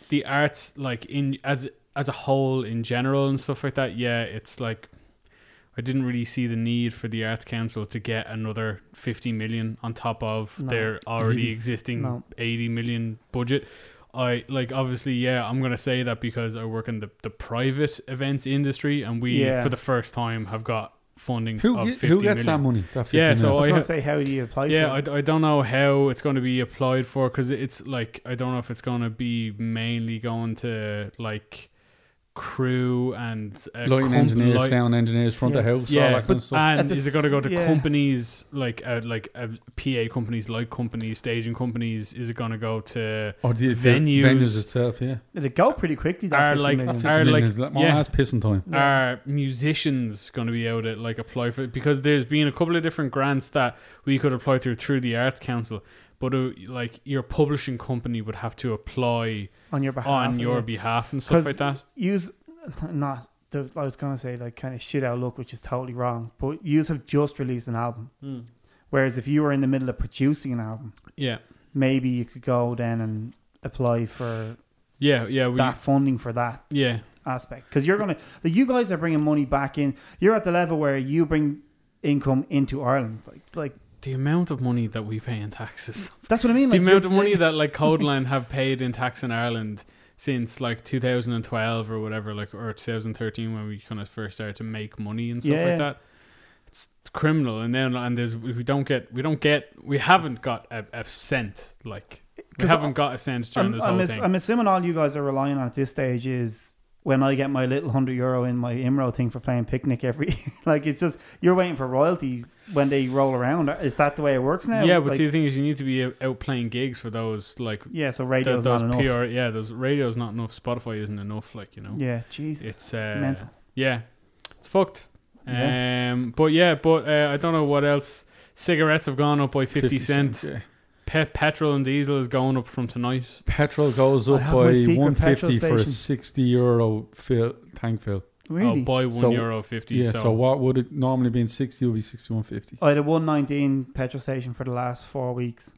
A: the arts like in as as a whole in general and stuff like that, yeah, it's like I didn't really see the need for the Arts Council to get another 50 million on top of
B: No.
A: their already
C: Eighty.
A: existing
B: No.
A: 80 million budget. I like obviously, yeah, I'm gonna say that because I work in the, the private events industry, and we
B: Yeah.
A: for the first time have got funding.
C: Who,
A: of
C: ge-
A: 50
C: who gets
A: Mm. Oh, million.
C: that money? That 50
A: Oh, Yeah, so
B: I
A: I
B: was gonna
A: ha-
B: say, how do you apply?
A: Yeah,
B: for it?
A: I, I don't know how it's going to be applied for because it's like I don't know if it's going to be mainly going to like crew and uh,
C: lighting
A: comp-
C: engineers,
A: light-
C: sound engineers, front of
B: Yeah.
C: house, all
A: yeah,
C: that kind
A: but,
C: of stuff.
A: and
B: At the
A: is it going to go to
B: s- yeah.
A: companies like uh, like uh, PA companies, light companies, staging companies? Is it going to go to
C: Or the, the
A: venues-
C: venues itself, yeah.
B: It'd go pretty quickly.
A: Are,
B: That 50
A: like,
B: million.
A: Or
C: Fifty
A: like-
C: million. Well,
A: yeah.
C: that's pissing time.
B: No.
A: are musicians going to be able to like apply for it? Because there's been a couple of different grants that we could apply through through the Arts Council, but uh, like your publishing company would have to apply.
B: on your behalf.
A: on your
B: yeah.
A: behalf and stuff
B: 'Cause
A: like that.
B: use not. The, I was gonna say like kind of shit out look, which is totally wrong. But you have just released an album, whereas if you were in the middle of producing an album,
A: Yeah,
B: maybe you could go then and apply for
A: yeah, yeah. We,
B: that funding for that.
A: yeah,
B: aspect because you're gonna like, you guys are bringing money back in you're at the level where you bring income into ireland like like
A: the amount of money that we pay in taxes,
B: that's what i mean
A: the
B: like
A: amount of
B: you're-
A: money
B: like,
A: that like Codeline have paid in tax in Ireland since like 2012 or whatever, like or 2013 when we kind of first started to make money and stuff
B: Yeah.
A: like that. It's it's criminal, and then and there's we we don't get we don't get we haven't got a, a cent like we
B: 'Cause
A: haven't got a cent during
B: I'm,
A: this
B: I'm,
A: whole
B: ass-
A: thing.
B: I'm assuming all you guys are relying on at this stage is when i get my little 100 euro in my imro thing for playing picnic every year like it's just you're waiting for royalties when they roll around is that the way it works now
A: yeah, but
B: Like,
A: see the thing is, you need to be out- out playing gigs for those like
B: yeah so
A: Th-
B: radio's
A: those
B: not enough
A: PR, yeah, those radio's not enough. Spotify isn't enough. Like you know,
B: yeah jesus it's,
A: it's, uh,
B: mental
A: yeah, it's fucked. Um,
B: Yeah.
A: but yeah, but uh, I don't know what else. Cigarettes have gone up by fifty, cents.
C: yeah.
A: Pe- petrol and diesel is going up from tonight.
C: Petrol goes
B: I
C: up
B: have
C: by
B: my secret
C: 150
B: petrol
C: for a
B: station.
C: 60 euro fill, tank fill.
B: really
A: Oh, by one
C: So-
A: euro fifty.
C: Yeah,
A: so,
C: so, what would it normally be in 60 would be 61.50.
B: i had a 119 petrol station for the last four weeks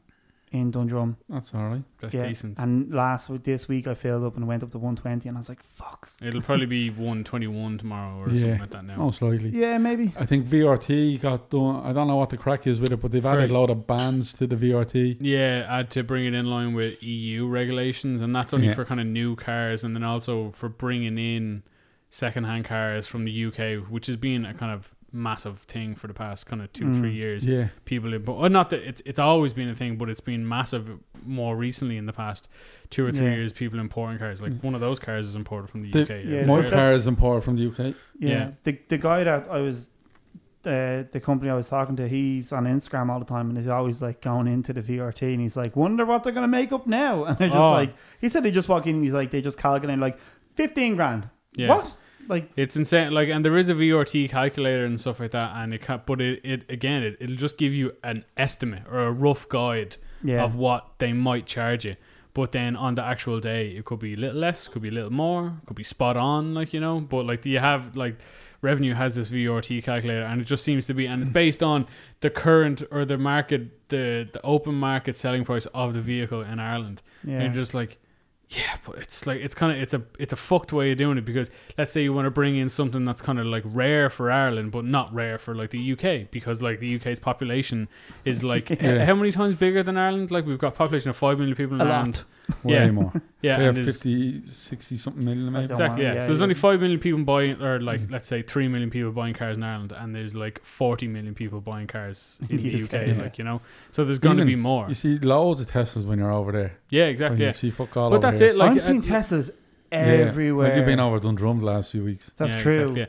B: in dundrum
C: That's all right.
A: that's
B: Yeah,
A: decent.
B: And last week, this week, I filled up and went up to 120, and I was like, "Fuck."
A: It'll probably be one twenty one tomorrow or
C: Yeah. Oh,
A: something like that. Now
C: Most likely.
B: Yeah, maybe.
C: I think VRT got done. I don't know what the crack is with it, but they've
A: Sorry.
C: added a lot of bands to the VRT.
A: Yeah, I had to bring it in line with EU regulations, and that's only
C: Yeah.
A: for kind of new cars, and then also for bringing in secondhand cars from the UK, which has been a kind of massive thing for the past kind of two
B: Mm.
A: three years.
C: Yeah,
A: People, have- but well, not that it's it's always been a thing, but it's been massive more recently in the past two or three
B: Yeah.
A: years. People importing cars, like
C: Mm.
A: one of those cars is imported from the,
C: The-
A: UK.
B: Yeah,
C: my
B: but
C: car
B: that's-
C: is imported from the UK.
B: Yeah.
A: Yeah.
B: The the guy that I was, uh, the company I was talking to, he's on Instagram all the time, and he's always like going into the VRT, and he's like, "Wonder what they're gonna make up now." And they're just
A: Oh.
B: like, he said they just walk in, and he's like, they just calculate like 15 grand.
A: Yeah.
B: What? Like,
A: It's insane. Like, and there is a VRT calculator and stuff like that, and it can But it, it again, it, it'll just give you an estimate or a rough guide
B: yeah.
A: of what they might charge you. But then on the actual day, it could be a little less, could be a little more, could be spot on, like you know. But like, do you have like revenue has this VRT calculator, and it just seems to be, and it's based on the current or the market, the the open market selling price of the vehicle in Ireland.
B: Yeah.
A: And you're just like, yeah, but it's like it's kind of it's a it's a fucked way of doing it because let's say you want to bring in something that's kind of like rare for Ireland, but not rare for like the UK because like the UK's population is like
C: Yeah.
A: how many times bigger than Ireland? Like we've got a population of five million people in
B: A lot.
A: Ireland.
C: Way
A: Yeah.
C: more.
A: Yeah,
C: they
A: and
C: have
A: there's-
C: 50, 60 something million.
B: I
C: Maybe.
B: don't-
A: Exactly.
B: want-
A: Yeah.
B: yeah,
A: So there's
B: yeah.
A: only five million people buying, or like
C: Mm.
A: let's say three million people buying cars in Ireland, and there's like forty million people buying cars in the UK.
B: UK,
C: yeah.
A: Like you know, so there's going to
C: Even-
A: be more.
C: You see loads of Teslas when you're over there.
A: Yeah,
C: When
A: exactly.
C: you
A: Yeah.
C: see fuck all
A: But
C: over
A: that's
C: here.
A: it. Like
B: I'm seeing
A: uh,
B: Teslas
C: Yeah.
B: everywhere.
C: Like you've been over Dundrum the last few weeks.
B: That's
A: yeah,
B: true.
A: exactly, yeah.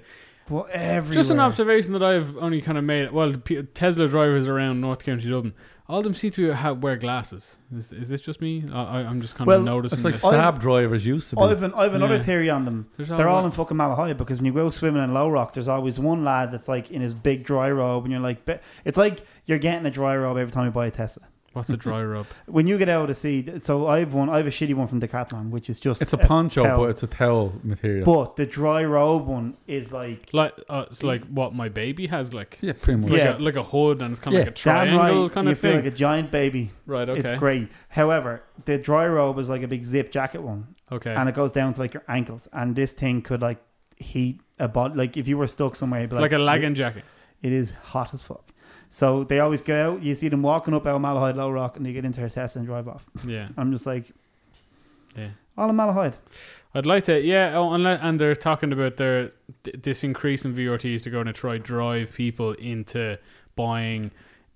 B: But everywhere.
A: Just an observation that I've only kind of made. Well, the pe- Tesla drivers around North County Dublin, all of them seem to ha wear glasses. Is, is this just me? I, I, I'm just kind
B: Well,
A: of noticing
C: It's like
A: this.
B: I-
C: Saab drivers used to be.
B: I've, an, I've another
A: Yeah.
B: theory on them.
A: There's
B: They're all
A: that-
B: in fucking Malahide because when you go swimming in Low Rock, there's always one lad that's like in his big dry robe, and you're like, "Be- it's like you're getting a dry robe every time you buy a Tesla.
A: What's a dry rub?
B: When you get out to sea, so I've one, I have a shitty one from Decathlon, which is just
C: it's a poncho,
B: towel.
C: but it's a towel material.
B: But the dry robe one is like
A: Like uh, it's like what my baby has. Like
C: yeah, pretty
A: it's
C: much.
A: like,
B: Yeah.
A: a, like a hood, and it's kind of
C: Yeah.
A: like a
B: damn
A: triangle
B: right,
A: kind
B: you
A: of thing.
B: feel like a giant baby.
A: right. Okay.
B: It's great. However, the dry robe is like a big zip jacket one,
A: Okay.
B: and it goes down to like your ankles, and this thing could like heat a body. Like if you were stuck somewhere, it'd be
A: It's like, a
B: zip-
A: lagging jacket.
B: It is hot as fuck. So they always go out. You see them walking up out of Malahide Low Rock, and they get into her test and drive off.
A: Yeah.
B: I'm just like,
A: Yeah.
B: all in Malahide.
A: I'd like to, yeah. Oh, and, le- and they're talking about their th- this increase in VRTs to going to try drive people into buying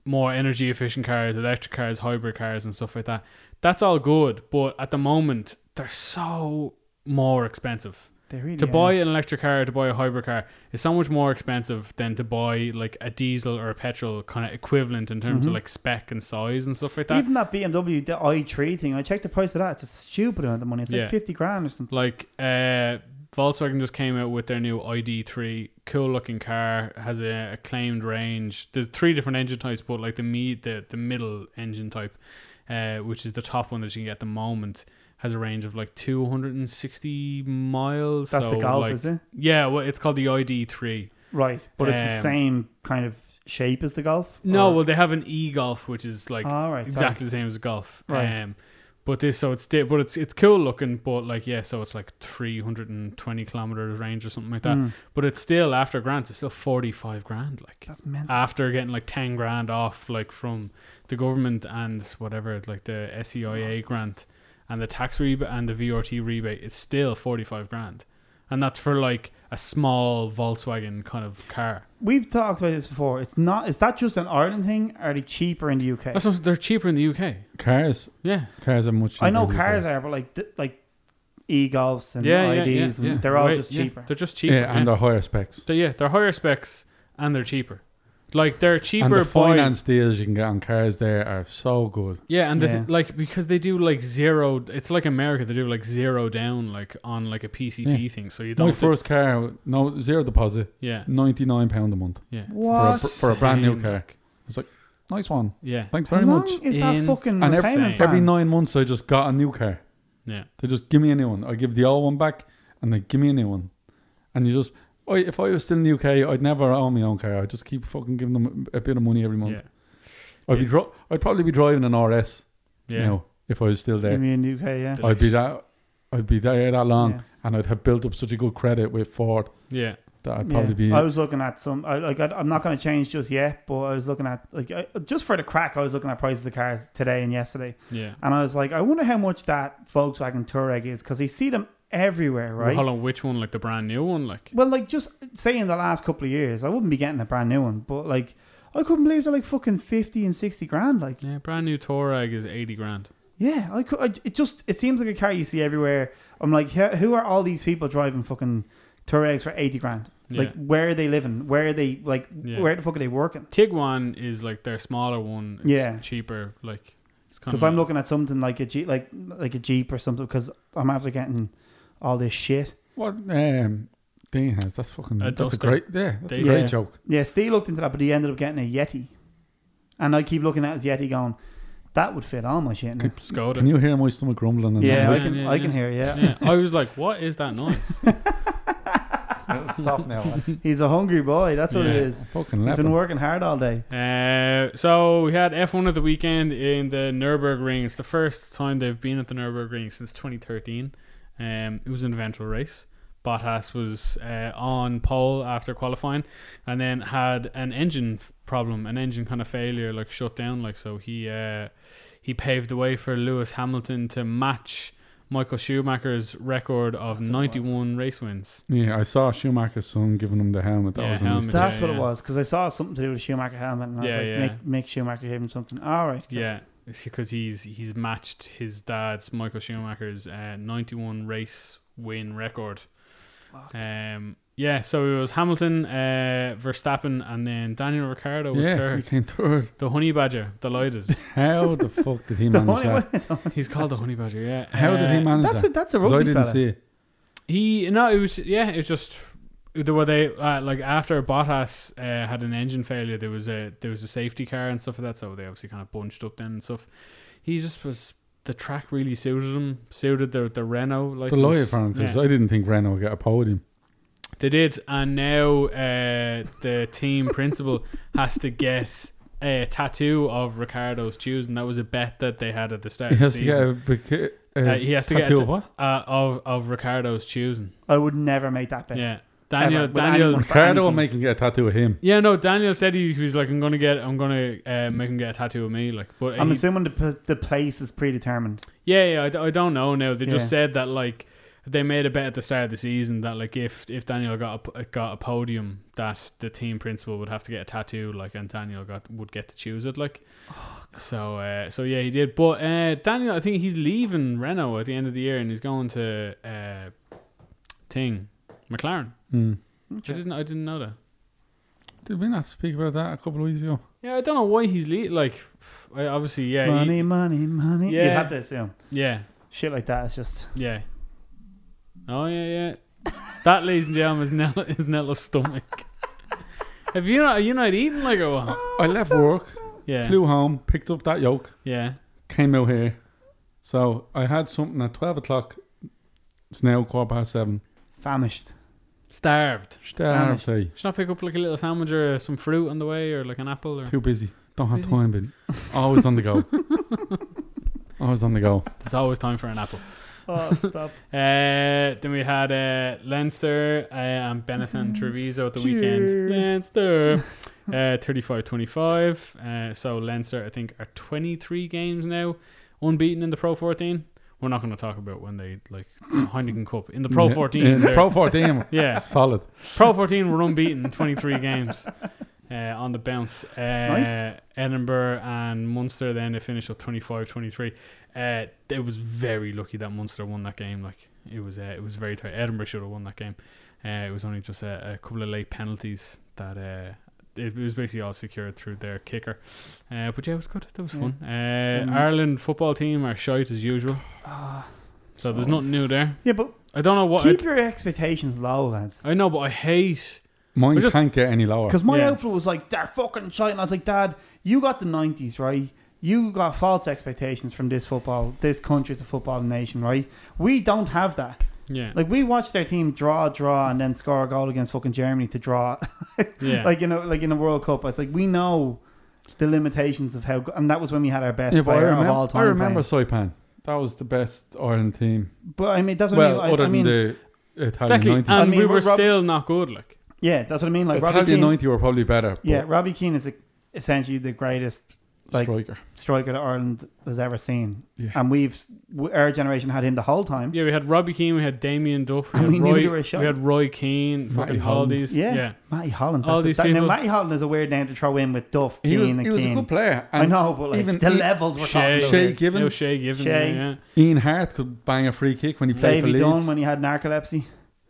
A: more energy efficient cars, electric cars, hybrid cars, and stuff like that. That's all good, but at the moment they're so more expensive.
B: They really
A: To
B: are.
A: buy an electric car, to buy a hybrid car, is so much more expensive than to buy like a diesel or a petrol kind of equivalent in terms
B: Mhm.
A: of like spec and size and stuff like that.
B: even that BMW the i3 thing. I checked the price of that. It's a stupid amount of money. It's
A: Yeah.
B: like fifty grand or something.
A: Like uh, Volkswagen just came out with their new ID3, cool looking car, has a a claimed range. There's three different engine types, but like the me the the middle engine type, uh, which is the top one that you can get at the moment, has a range of like 260 miles.
B: That's
A: so,
B: the Golf,
A: like-
B: is it?
A: Yeah, well, it's called the ID3.
B: Right, but it's the
A: um,
B: same kind of shape as the Golf.
A: No,
B: or-
A: well, they have an e Golf, which is like
B: all Oh. Ah, right, sorry.
A: exactly the same as golf.
B: Right.
A: Um, but this, so it's di- but it's it's cool looking, but like yeah, so it's like three hundred and twenty kilometers range or something like that.
B: Mm,
A: But it's still after grants, it's still forty five grand, like
B: that's mental.
A: after getting like ten grand off, like from the government and whatever, like the SEIA grant and the tax rebate and the VRT rebate, it's still forty five grand, and that's for like a small Volkswagen kind of car.
B: We've talked about this before. It's not. Is that just an Ireland thing? Are they cheaper in the UK?
A: That's what, they're cheaper in the UK.
C: Cars,
A: Yeah,
C: cars are much.
B: I know
C: cheaper.
B: cars are, but like th- like e golfs and
A: yeah, yeah,
B: IDs,
A: yeah,
B: and
A: yeah.
B: they're all
A: Right,
B: just
A: yeah,
B: cheaper.
A: They're just
C: Yeah,
A: cheaper. yeah.
C: and they're higher specs.
A: So yeah, they're higher specs and they're cheaper. Like they're
C: And
A: cheaper
C: the
A: by
C: finance deals you can get on cars there are so good.
A: yeah, and the
B: Yeah.
A: Th- like because they do like zero. It's like America, they do like zero down like on like a PCP
C: Yeah.
A: thing. So you don't.
C: My
A: have to-
C: first car, no zero deposit,
A: yeah,
C: ninety nine pound a month
A: yeah.
B: What?
C: For, a, for a brand new
A: Same.
C: car. It's like nice one.
A: Yeah,
C: Thanks
B: How
C: very
B: long
C: much.
B: is that
A: In-
B: fucking
C: And
A: every-
B: payment plan?
C: Every nine months, I just got a new car.
A: yeah.
C: They just give me a new one. I give the old one back, and they give me a new one. And you just, I, if I was still in the UK, I'd never own my own car. I'd just keep fucking giving them a bit of money every month.
A: Yeah,
C: I'd be,
A: It's-
C: dri- I'd probably be driving an RS
A: yeah.
C: now if I was still
B: I
C: there.
B: mean, UK, yeah.
A: The-
C: I'd be that, I'd be there that long,
B: Yeah.
C: and I'd have built up such a good credit with Ford
A: yeah.
C: that I'd
B: Yeah.
C: probably be.
B: I was looking at some. I, like, I, I'm not going to change just yet, but I was looking at like I, just for the crack. I was looking at prices of cars today and yesterday,
A: yeah.
B: and I was like, I wonder how much that Volkswagen Touareg is because you see them everywhere,
A: Well,
B: right?
A: Hold on, which one? Like the brand new one? Like
B: Well, like just say in the last couple of years, I wouldn't be getting a brand new one, but like I couldn't believe they're like fucking fifty and sixty grand. Like,
A: yeah, brand new Touareg is eighty grand.
B: yeah, I could. I, it just it seems like a car you see everywhere. I'm like, who who are all these people driving fucking Touaregs for eighty grand?
A: Yeah.
B: Like, where are they living? Where are they like?
A: Yeah.
B: Where the fuck are they working?
A: Tiguan is like their smaller one. It's
B: Yeah.
A: cheaper. Like it's kind
B: Because
A: of
B: I'm looking at something like a jeep, like like a jeep or something. Because I'm after getting all this shit.
C: what um, Dean has? That's fucking.
A: A
C: that's a
A: Duster.
C: great. Yeah, that's
A: They-
C: a great
B: Yeah.
C: joke.
B: Yeah, Steve looked into that, but he ended up getting a Yeti, and I keep looking at his Yeti, going, that would fit all my shit. Now.
A: Skoda.
C: Can you hear my stomach grumbling? And
B: Yeah,
A: Yeah,
B: I can,
A: yeah,
B: I can
A: yeah.
B: hear. Yeah,
A: yeah, I was like, what is that noise?
C: that Stop now. actually.
B: He's a hungry boy. That's what
A: Yeah.
B: it is.
C: Fucking
B: He's been
C: leopard.
B: working hard all day.
A: Uh, so we had F1 at the weekend in the Nürburgring. It's the first time they've been at the Nürburgring since 2013. Um, it was an eventful race. Bottas was uh, on pole after qualifying, and then had an engine f- problem, an engine kind of failure, like shut down. Like so, he uh, he paved the way for Lewis Hamilton to match Michael Schumacher's record of
B: That's what it was.
A: 91 race wins.
C: Yeah, I saw Schumacher's son giving him the helmet. That
A: Yeah,
C: was a
A: helmet.
C: nice.
B: That's what
A: yeah.
B: it was because I saw something to do with Schumacher helmet, and I
A: Yeah,
B: was like,
A: yeah.
B: Mick, Mick Schumacher gave him something. All right, okay.
A: Yeah, it's because he's he's matched his dad's Michael Schumacher's uh, 91 race win record.
B: Fuck.
A: Um, yeah, so it was Hamilton, uh, Verstappen, and then Daniel Ricciardo was
C: Yeah, he
A: third.
C: came third.
A: The honey badger, delighted.
C: How the fuck did he
B: The
C: manage
B: only
C: that?
B: way-
A: he's called the honey badger. Yeah,
C: How did
A: Uh,
C: he manage
B: that's a
C: that?
B: that's a
C: 'Cause I
B: rugby
C: didn't
B: fella.
C: see it.
A: He no, it was yeah, it was just there were they uh, like after Bottas uh, had an engine failure, there was a there was a safety car and stuff like that. So they obviously kind of bunched up then and stuff. He just was the track really suited him, suited the the Renault. Like
C: The
A: it
C: lawyer
A: was-
C: for him because
A: yeah.
C: I didn't think Renault would get a podium.
A: they did, and now uh, the team principal has to get. A tattoo of Ricardo's choosing. That was a bet that they had at the start.
C: He
A: of the
C: has to get
A: season.
C: a, beca-
A: Uh,
C: a
A: he has to get
C: tattoo
A: a t-
C: of what?
A: uh, of of Ricardo's choosing.
B: I would never make that bet.
A: Yeah, Daniel.
B: with
A: Daniel.
B: anyone.
C: Ricardo will
B: anything.
C: make him get a tattoo of him.
A: Yeah, no. Daniel said he, he was like, "I'm gonna get, I'm gonna uh, make him get a tattoo of me." Like, but
B: I'm
A: he-
B: assuming the p- the place is predetermined.
A: yeah, yeah. I d- I, don't know now. They
B: Yeah.
A: just said that like they made a bet at the start of the season that like if if Daniel got a, p- got a podium, that the team principal would have to get a tattoo. Like, and Daniel got would get to choose it. Like,
B: Oh,
A: so uh, so yeah, he did. But uh, Daniel, I think he's leaving Renault at the end of the year, and he's going to uh, thing McLaren.
C: Hmm.
A: I didn't I didn't know that.
C: Did we not speak about that a couple of weeks ago?
A: Yeah, I don't know why he's le- like. I obviously, yeah, he-
B: money, money, money.
A: Yeah.
B: You'd have to assume
A: yeah.
B: shit like that. It's just
A: Yeah. Oh yeah, yeah. that, ladies and gentlemen, is Nella, is Nella's stomach. Have you not? Are you not eating like a one?
C: I left work,
A: Oh. Yeah,
C: flew home, picked up that yolk,
A: yeah.
C: came out here. So I had something at 12 o'clock. It's now quarter past seven.
B: famished.
A: Starved.
C: Starved. eh?
A: Should not pick up like a little sandwich or some fruit on the way, or like an apple, or
C: Too busy. Don't have
A: Busy.
C: time, but always on the go. always on the go.
A: there's always time for an apple.
B: Oh, stop.
A: Uh, then we had uh, Leinster uh, and Benetton Treviso at the
B: Leinster.
A: weekend. Leinster, uh, 35-25. Uh, so Leinster, I think, are twenty three games now unbeaten in the Pro 14. We're not going to talk about when they like the Heineken Cup in the Pro
C: Yeah.
A: 14.
C: Yeah,
A: they're-
C: Pro 14.
A: yeah,
C: Solid.
A: Pro 14 were unbeaten 23 games uh, on the bounce. Uh,
B: Nice.
A: Edinburgh and Munster then they finished up 25-23. Uh, it was very lucky that Munster won that game. Like it was, uh, it was very tight. Edinburgh should have won that game. Uh, it was only just a, a couple of late penalties that uh, it was basically all secured through their kicker. Uh, but yeah, it was good. That was
B: Yeah.
A: fun. Uh,
B: Um,
A: Ireland football team are shite as usual.
B: Ah.
A: So, there's nothing new there.
B: Yeah, but
A: I don't know what.
B: keep your expectations low, lads.
A: I, I know, but I hate.
C: Mine
A: We're just-
C: can't get any lower.
B: Because my
A: Yeah.
B: outflow was like, they're fucking shite. And I was like, Dad, you got the 90s, right? You got false expectations from this football, this country as a football nation, right? We don't have that.
A: Yeah,
B: Like, we watched their team draw, draw, and then score a goal against fucking Germany to draw.
A: yeah.
B: like, you know, like in the World Cup. It's like, we know the limitations of how, go- and that was when we had our best
C: Yeah, but I
B: player
C: remember,
B: of all time.
C: I remember
B: playing.
C: Soipan. That was the best Ireland team.
B: But I mean, that's what
C: Well,
B: I mean.
C: other
B: I, I mean,
C: than the Italian
A: Exactly,
C: 90.
A: and
B: I mean,
A: we were
B: Rob-
A: still not good. Like,
B: yeah, that's what I mean. Like, Robbie
C: Italian
B: Keane,
C: 90 were probably better. but
B: yeah, Robbie Keane is like, essentially the greatest like-
C: striker.
B: striker that Ireland has ever seen.
C: Yeah.
B: and we've w- our generation had him the whole time.
A: yeah, we had Robbie Keane, we had Damien Duff, we
B: And
A: had
B: we knew they
A: Roy,
B: were
A: we
B: shite.
A: had Roy Keane,
C: Matty
A: fucking
C: Holland.
A: Haldies.
B: Yeah.
A: Yeah,
B: Matty Holland.
A: All
B: That's
A: these
B: a, that, now
A: people-
B: Matty Holland is a weird name to throw in with Duff,
C: He
B: Keane,
C: was,
B: and
C: he
B: Keane.
C: was a good player.
B: I
C: And
B: know, but like
C: even
B: the
C: he-
B: levels we're
A: Shea-
B: talking about.
C: Shea
B: here.
C: Given.
A: No Shea Given.
B: Shea.
A: Yeah,
C: Ian Hart could bang a free kick when he played
B: Davy
C: for
B: Dunn
C: Leeds.
B: when he had narcolepsy.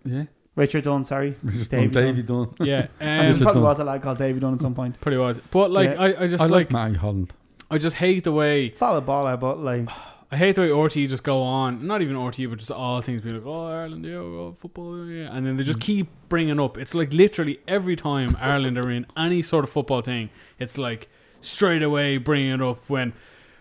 C: yeah.
B: Richard Dunn, sorry.
C: Richard Dunn,
B: Davy Dunn.
C: Davy Dunn.
A: yeah,
B: And
A: yeah.
B: there
A: Um,
C: Richard
B: probably
C: Dunn.
B: was a lad called Davy Dunn at some point.
A: pretty was, but like,
B: Yeah.
A: I, I just
C: I
A: like,
C: like Matty Holland.
A: I just hate the way,
B: Solid baller, but like
A: I hate the way RT just go on. Not even RT, but just all things be like, oh Ireland, yeah, oh, football, yeah, yeah, and then they
B: Mm.
A: just keep bringing up. It's like literally every time Ireland are in any sort of football thing, it's like straight away bringing it up when.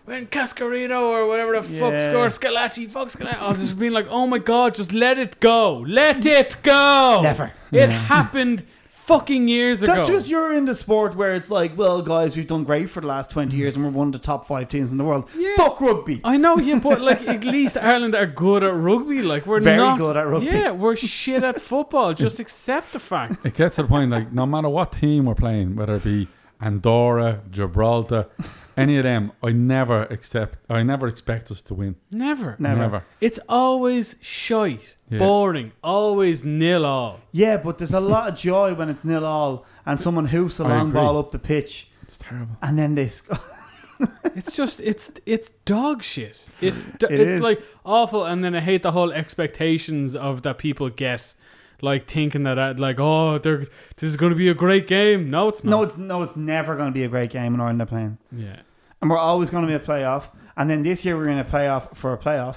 A: when Cascarino or whatever the fuck
B: Yeah.
A: scores Scalacci, fuck Scalacci. I was just being like, oh my god, just let it go. Let it go.
C: Oh,
B: Never.
A: It happened fucking years
B: That's
A: ago.
B: just you're in the sport where it's like, well, guys, we've done great for the last
C: Mm.
B: twenty years, and we're one of the top five teams in the world.
A: Yeah.
B: Fuck rugby.
A: I know, yeah, but like at least Ireland are good at rugby. Like we're
B: Very
A: not
B: good at rugby.
A: Yeah, we're shit at football. Just accept the fact.
C: It gets to the point like no matter what team we're playing, whether it be Andorra, Gibraltar, any of them, I never accept. I never expect us to win.
A: Never.
B: Never.
C: Never.
A: It's always shite,
C: Yeah.
A: boring, always nil all.
B: Yeah, but there's a lot of joy when it's nil all and someone hoofs a
C: I
B: long
C: agree.
B: ball up the pitch
C: It's terrible.
B: and then they score.
A: It's just it's it's dog shit. It's do-
B: It
A: it's
B: is.
A: like awful, and then I hate the whole expectations of that people get, like thinking that uh, like oh they're this is going to be a great game. No, it's
B: No,
A: not.
B: it's no, it's never going to be a great game when we're in the playing,
A: yeah,
B: and we're always going to be a playoff. And then this year we're in a playoff for a playoff.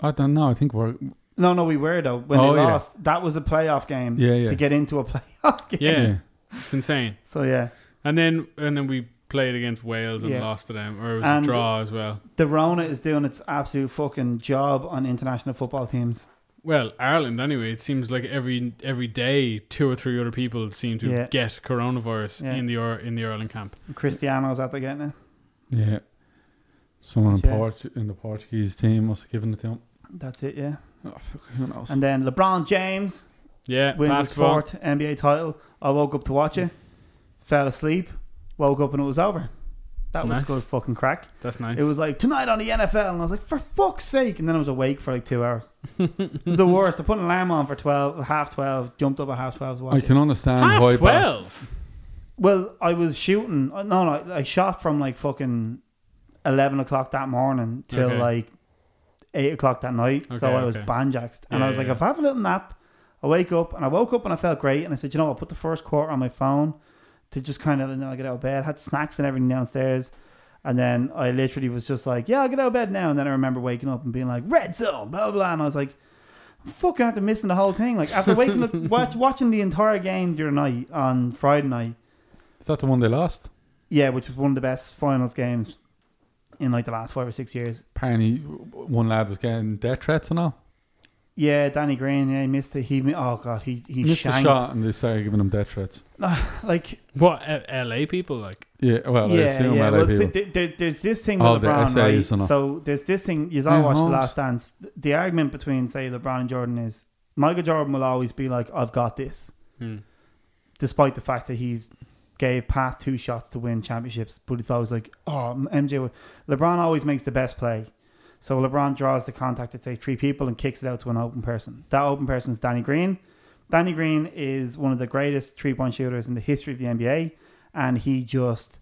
C: I don't know. I think we're
B: No, no, we were though when
C: Oh,
B: they
C: yeah.
B: lost. That was a playoff game
C: Yeah, yeah.
B: to get into a playoff game.
A: yeah, it's insane.
B: So yeah,
A: And then and then we played against Wales and
B: Yeah.
A: lost to them, or it was
B: And-
A: a draw as well.
B: the Rona is doing its absolute fucking job on international football teams.
A: Well, Ireland anyway. It seems like every every day two or three other people seem to
B: Yeah.
A: get coronavirus
B: Yeah.
A: in the Ir- in the Ireland camp.
B: Cristiano's out there getting it.
C: yeah. Someone in
B: Yeah.
C: Portu- in the Portuguese team must have given it to him.
B: That's it, yeah.
C: Oh, fuck, who knows?
B: And then LeBron James
A: Yeah,
B: wins
A: basketball.
B: his fourth NBA title. I woke up to watch it, fell asleep, woke up and it was over. That was
A: Nice.
B: good fucking crack.
A: That's nice.
B: It was like tonight on the NFL, and I was like, for fuck's sake! And then I was awake for like two hours. it was the worst. I put an alarm on for twelve, half twelve, jumped up at half twelve to watch
C: I
B: it.
C: can understand why
A: half
C: Bas-
A: twelve.
B: Well, I was shooting. uh, No, no, I shot from like fucking eleven o'clock that morning till
A: Okay.
B: like eight o'clock that night. so
A: Okay,
B: I was
A: okay.
B: banjaxed, and
A: Yeah,
B: I was like,
A: yeah.
B: if I have a little nap, I wake up, and I woke up and I felt great, and I said, you know, I'll put the first quarter on my phone to just kind of, and then I get out of bed. had snacks and everything downstairs. And then I literally was just like, yeah, I'll get out of bed now. And then I remember waking up and being like, red zone, blah, blah. And I was like, fuck, after missing the whole thing. Like, after waking up, watch, watching the entire game during the night on Friday night,
C: Is that the one they lost?
B: yeah, which was one of the best finals games in like the last five or six years.
C: Apparently, w- one lad was getting death threats and all.
B: Yeah, Danny Green, yeah, he missed it. He mi- oh god, he he
C: Missed the
B: shanked
C: shot and they started giving him death threats.
B: like
A: What L- L.A. people like?
C: Yeah, well, I
B: yeah
C: assume
B: yeah.
C: LA
B: Well,
C: people.
B: see, there, there- there's this thing
C: Oh,
B: with
C: the
B: LeBron,
C: essays and
B: right?
C: all.
B: So there's this thing. You all
C: Yeah,
B: watched the
C: Holmes.
B: Last Dance. The argument between say LeBron and Jordan is Michael Jordan will always be like, I've got this,
A: Hmm.
B: despite the fact that he's gave past two shots to win championships. But it's always like, oh, MJ. would- LeBron always makes the best play. So LeBron draws the contact at say three people and kicks it out to an open person. That open person is Danny Green. Danny Green is one of the greatest three point shooters in the history of the NBA, and he just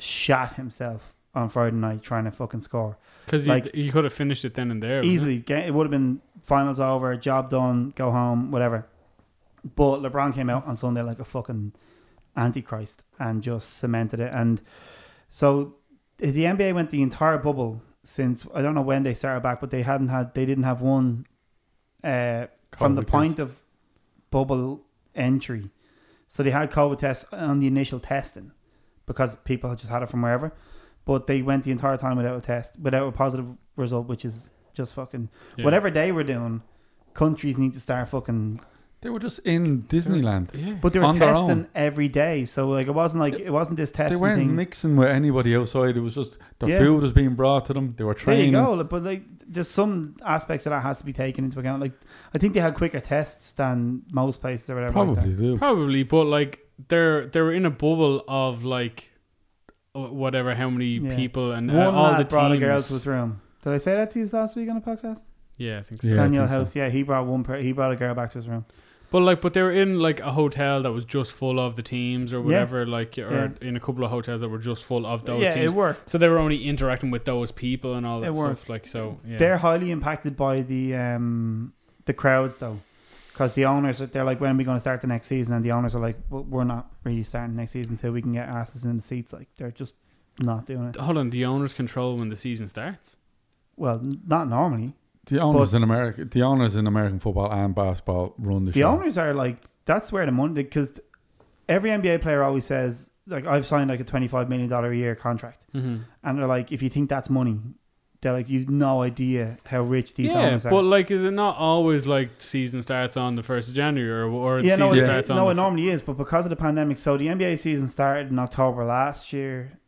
B: shot himself on Friday night trying to fucking score
A: Because
B: Like-
A: you, you could have finished it then and there. wouldn't
B: easily. Ga- It would have been finals over, job done, go home, whatever. But LeBron came out on Sunday like a fucking antichrist and just cemented it. And so the NBA went the entire bubble since I don't know when they started back, but they hadn't had they didn't have one uh, from the
C: Covid
B: point of bubble entry. So they had COVID tests on the initial testing because people had just had it from wherever. But they went the entire time without a test, without a positive result, which is just fucking
A: Yeah.
B: whatever they were doing. Countries need to start fucking,
C: They were just in Disneyland.
A: Yeah.
B: but they were
C: On their
B: testing
C: own.
B: every day. So like it wasn't like it wasn't this
C: They
B: testing
C: weren't
B: thing.
C: mixing with anybody outside. It was just the
B: Yeah.
C: food was being brought to them. They were
B: There you
C: training.
B: go. like, But like, there's some aspects of that has to be taken into account. Like, I think they had quicker tests than most places or whatever. Like
C: Probably
B: that.
C: do.
A: Probably, but like they're they were in a bubble of like uh, whatever how many
B: Yeah.
A: people and
B: One
A: uh, all
B: lad
A: the
B: brought
A: teams.
B: a girl to his room. Did I say that to you last week on the podcast?
A: yeah, I think so.
C: Yeah, I
B: Daniel
C: think so.
B: House. Yeah, he brought one. Per- he brought a girl back to his room.
A: But like, but they were in like a hotel that was just full of the teams or whatever, like, or in a couple of hotels that were just full of those
B: yeah,
A: teams.
B: it worked.
A: so they were only interacting with those people and all that
B: It
A: stuff.
B: worked.
A: Like, so yeah,
B: They're highly impacted by the um the crowds though, because the owners are- they're like, when are we going to start the next season? And the owners are like, well, we're not really starting next season until we can get asses in the seats. Like they're just not doing it.
A: hold on. The owners control when the season starts.
B: Well, n- not normally.
C: The owners in America, the owners in American football and basketball run the,
B: The
C: show.
B: owners are like, that's where the money because every NBA player always says like I've signed like a twenty five million dollar a year contract,
A: Mm-hmm.
B: and they're like, if you think that's money, they're like, you've no idea how rich these
A: Yeah,
B: owners are.
A: but like, is it not always like season starts on the first of January or, or
B: yeah,
A: season
B: no, it,
A: starts on?
B: no,
A: the
B: it normally is, but because of the pandemic, so the NBA season started in October last year,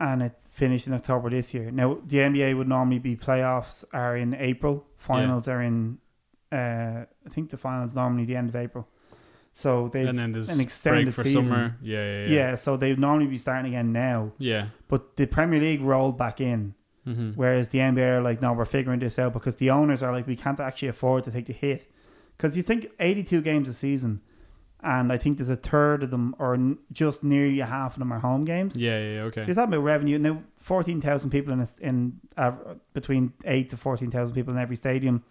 B: and it finished in October this year. Now the NBA would normally be playoffs are in April, finals are in, uh, I think the finals normally the end of April, so they
A: and then there's
B: an extended
A: break for
B: season.
A: summer. Yeah, yeah,
B: yeah.
A: yeah.
B: so they'd normally be starting again now,
A: Yeah.
B: but the Premier League rolled back in,
A: Mm-hmm.
B: whereas the NBA are like, no, we're figuring this out because the owners are like, we can't actually afford to take the hit, because you think eighty-two games a season. And I think there's a third of them, or n- just nearly a half of them, are home games.
A: Yeah, yeah, yeah,
B: So
A: okay.
B: you're talking about revenue now. Fourteen thousand people in a, in uh, between eight to fourteen thousand people in every stadium.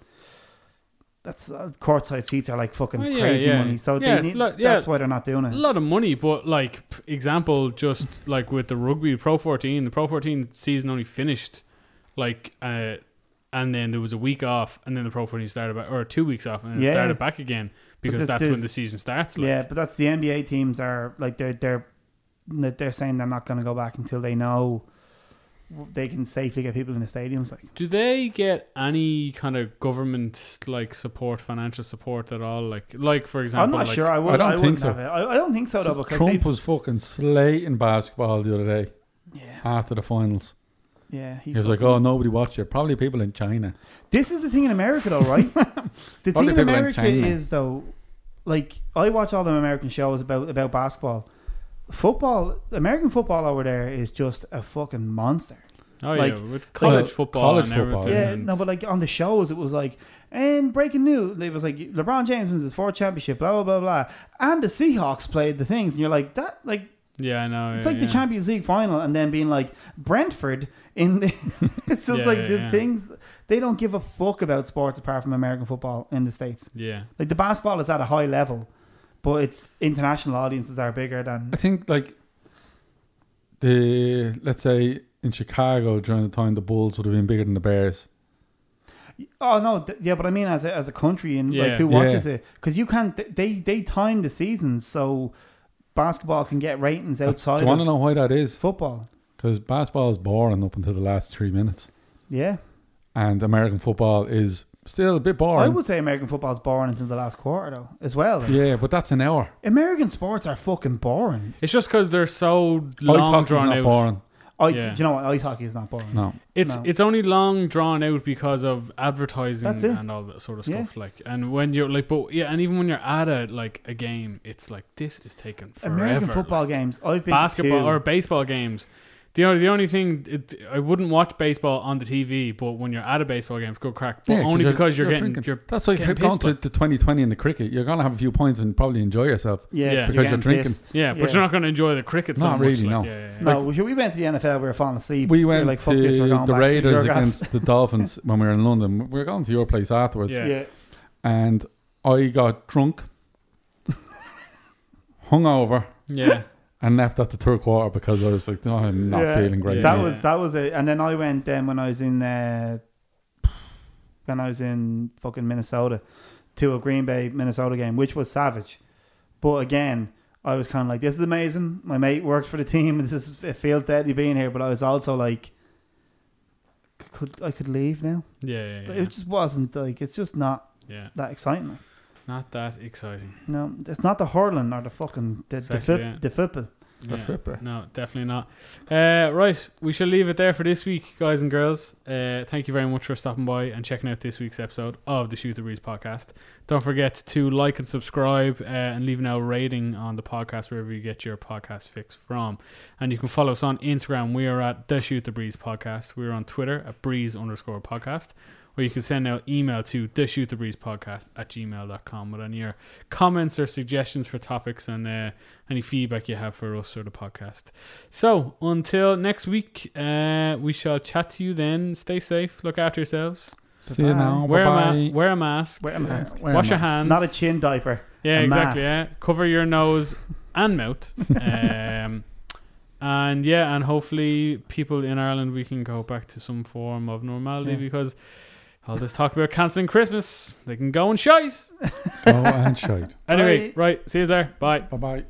B: That's uh, courtside seats are like fucking
A: Oh, yeah,
B: crazy
A: yeah.
B: money. So
A: Yeah,
B: they need,
A: look, yeah.
B: that's why they're not doing
A: A
B: it.
A: lot of money, but like p- example, just like with the rugby Pro 14, the Pro 14 season only finished like, uh, and then there was a week off, and then the Pro 14 started back, or two weeks off, and then it
B: Yeah.
A: started back again because
B: there's-
A: that's when
B: there's-
A: the season starts. Like.
B: Yeah, but that's the NBA teams are like they're they're that they're saying they're not going to go back until they know they can safely get people in the stadiums. Like
A: Do they get any kind of government like support, financial support at all? Like, like for example,
B: I'm not
A: like,
B: sure. I would.
C: I don't
B: I
C: think
B: wouldn't
C: so.
B: Have it. I, I don't think so though because
C: Trump was fucking slating basketball the other day
B: they. Yeah.
C: after the finals.
B: Yeah,
C: He was like, "Oh, nobody watched it. Probably people in China."
B: This is the thing in America, though, right? the thing
C: Probably
B: in
C: people in
B: America
C: China.
B: is though, like I watch all them American shows about about basketball, football. American football over there is just a fucking monster.
A: Oh
B: Like,
A: yeah, with college
C: uh,
A: football,
C: college
A: and
C: football,
A: everything.
B: Yeah,
A: and-
B: no, but like on the shows, it was like, and breaking news, it was like LeBron James wins his fourth championship, blah blah blah, blah. and the Seahawks played the things, and you're like that, like
A: yeah, I know.
B: it's
A: yeah,
B: like the
A: Oh, yeah.
B: Champions League final, and then being like Brentford in the, it's just
A: Yeah,
B: like
A: yeah,
B: these
A: yeah.
B: things they don't give a fuck about sports apart from American football in the states.
A: Yeah,
B: Like the basketball is at a high level, but its international audiences are bigger than.
C: I think like the let's say in Chicago during the time the Bulls would have been bigger than the Bears.
B: Oh no, th- yeah, but I mean as a, as a country and like
A: Yeah.
B: who
C: Yeah.
B: watches it because you can't. th- They they time the seasons so basketball can get ratings
C: That's-
B: outside
C: Do you want to
B: of
C: know why that is?
B: football.
C: Because basketball is boring up until the last three minutes,
B: Yeah,
C: and American football is still a bit boring.
B: I would say American football's boring until the last quarter though, as well.
C: yeah, but that's an hour.
B: American sports are fucking boring.
A: it's just because they're so
C: Ice
A: long
C: hockey's
A: drawn
C: not
A: out.
C: boring.
B: I,
A: Yeah.
B: Do you know what? Ice hockey is not boring.
C: No,
A: It's
B: No.
A: it's only long drawn out because of advertising
B: That's it.
A: and all that sort of
B: Yeah.
A: stuff. Like, and when you're like, but yeah, and even when you're at a like a game, it's like this is taking forever.
B: American football
A: like,
B: games. I've been
A: basketball
B: to
A: or baseball games. The only the only thing it, I wouldn't watch baseball on the TV, but when you're at a baseball game, it's good crack. But
C: Yeah, 'cause
A: only
C: you're-
A: because you're,
C: you're
A: getting
C: drinking.
A: your
C: that's like
A: Getting
C: going
A: pissed
C: to,
A: off.
C: to 2020 in the cricket. You're gonna have a few points and probably enjoy yourself.
B: yeah,
A: Yeah.
B: because
C: Because you're
B: getting
C: drinking.
B: pissed.
A: yeah, but
B: Yeah.
A: you're not going to enjoy the cricket. so
C: Not
A: much,
C: really,
A: like,
C: no.
A: Yeah, yeah, yeah.
B: No, we- we went to the NFL. We were falling asleep.
C: We went
B: were like,
C: to
B: "Fuck this, we're going
C: the
B: back to
C: Raiders
B: Durgav."
C: against the Dolphins when we were in London. We were going to your place afterwards,
A: Yeah.
B: yeah.
C: and I got drunk, hungover,
A: yeah.
C: and left at the third quarter because I was like, "No, I'm not
B: Yeah.
C: feeling great."
B: That
A: Yeah.
B: was that was it. And then I went then when I was in uh, when I was in fucking Minnesota to a Green Bay Minnesota game, which was savage. But again, I was kind of like, "This is amazing." My mate works for the team, and this is, it feels deadly being here. But I was also like, "Could I could leave now?"
A: Yeah, yeah, yeah.
B: It just wasn't like it's just not
A: yeah.
B: that exciting. like.
A: Not that exciting.
B: No, it's not the hurling or the fucking the, the,
A: Exactly,
B: fip,
A: yeah.
B: the football.
C: That's
A: Yeah.
C: it, bro.
A: No, definitely not. Uh, right, we shall leave it there for this week, guys and girls. Uh, thank you very much for stopping by and checking out this week's episode of the Shoot the Breeze podcast. Don't forget to like and subscribe uh, and leave now rating on the podcast wherever you get your podcast fix from. And you can follow us on Instagram. We are at the Shoot the Breeze podcast. We're on Twitter at breeze underscore podcast. Or you can send out email to the shoot the breeze podcast at gmail.com with any of your comments or suggestions for topics and uh, any feedback you have for us or the podcast. So until next week, uh, we shall chat to you then. Stay safe. Look after yourselves.
C: See you now.
A: Wear a, ma-
C: Bye-bye.
A: wear a mask.
B: Oh, Wear a mask.
C: Wear a
A: wash your
C: mask.
A: hands.
B: Not a chin diaper.
A: Yeah,
B: a
A: exactly.
B: mask.
A: Yeah. Cover your nose and mouth. um, and yeah, and hopefully people in Ireland we can go back to some form of normality
B: Yeah.
A: because all this talk about cancelling Christmas, they can go and shite.
C: Go Oh, and shite.
A: Anyway,
B: Bye.
A: right. See you there. Bye.
C: Bye bye.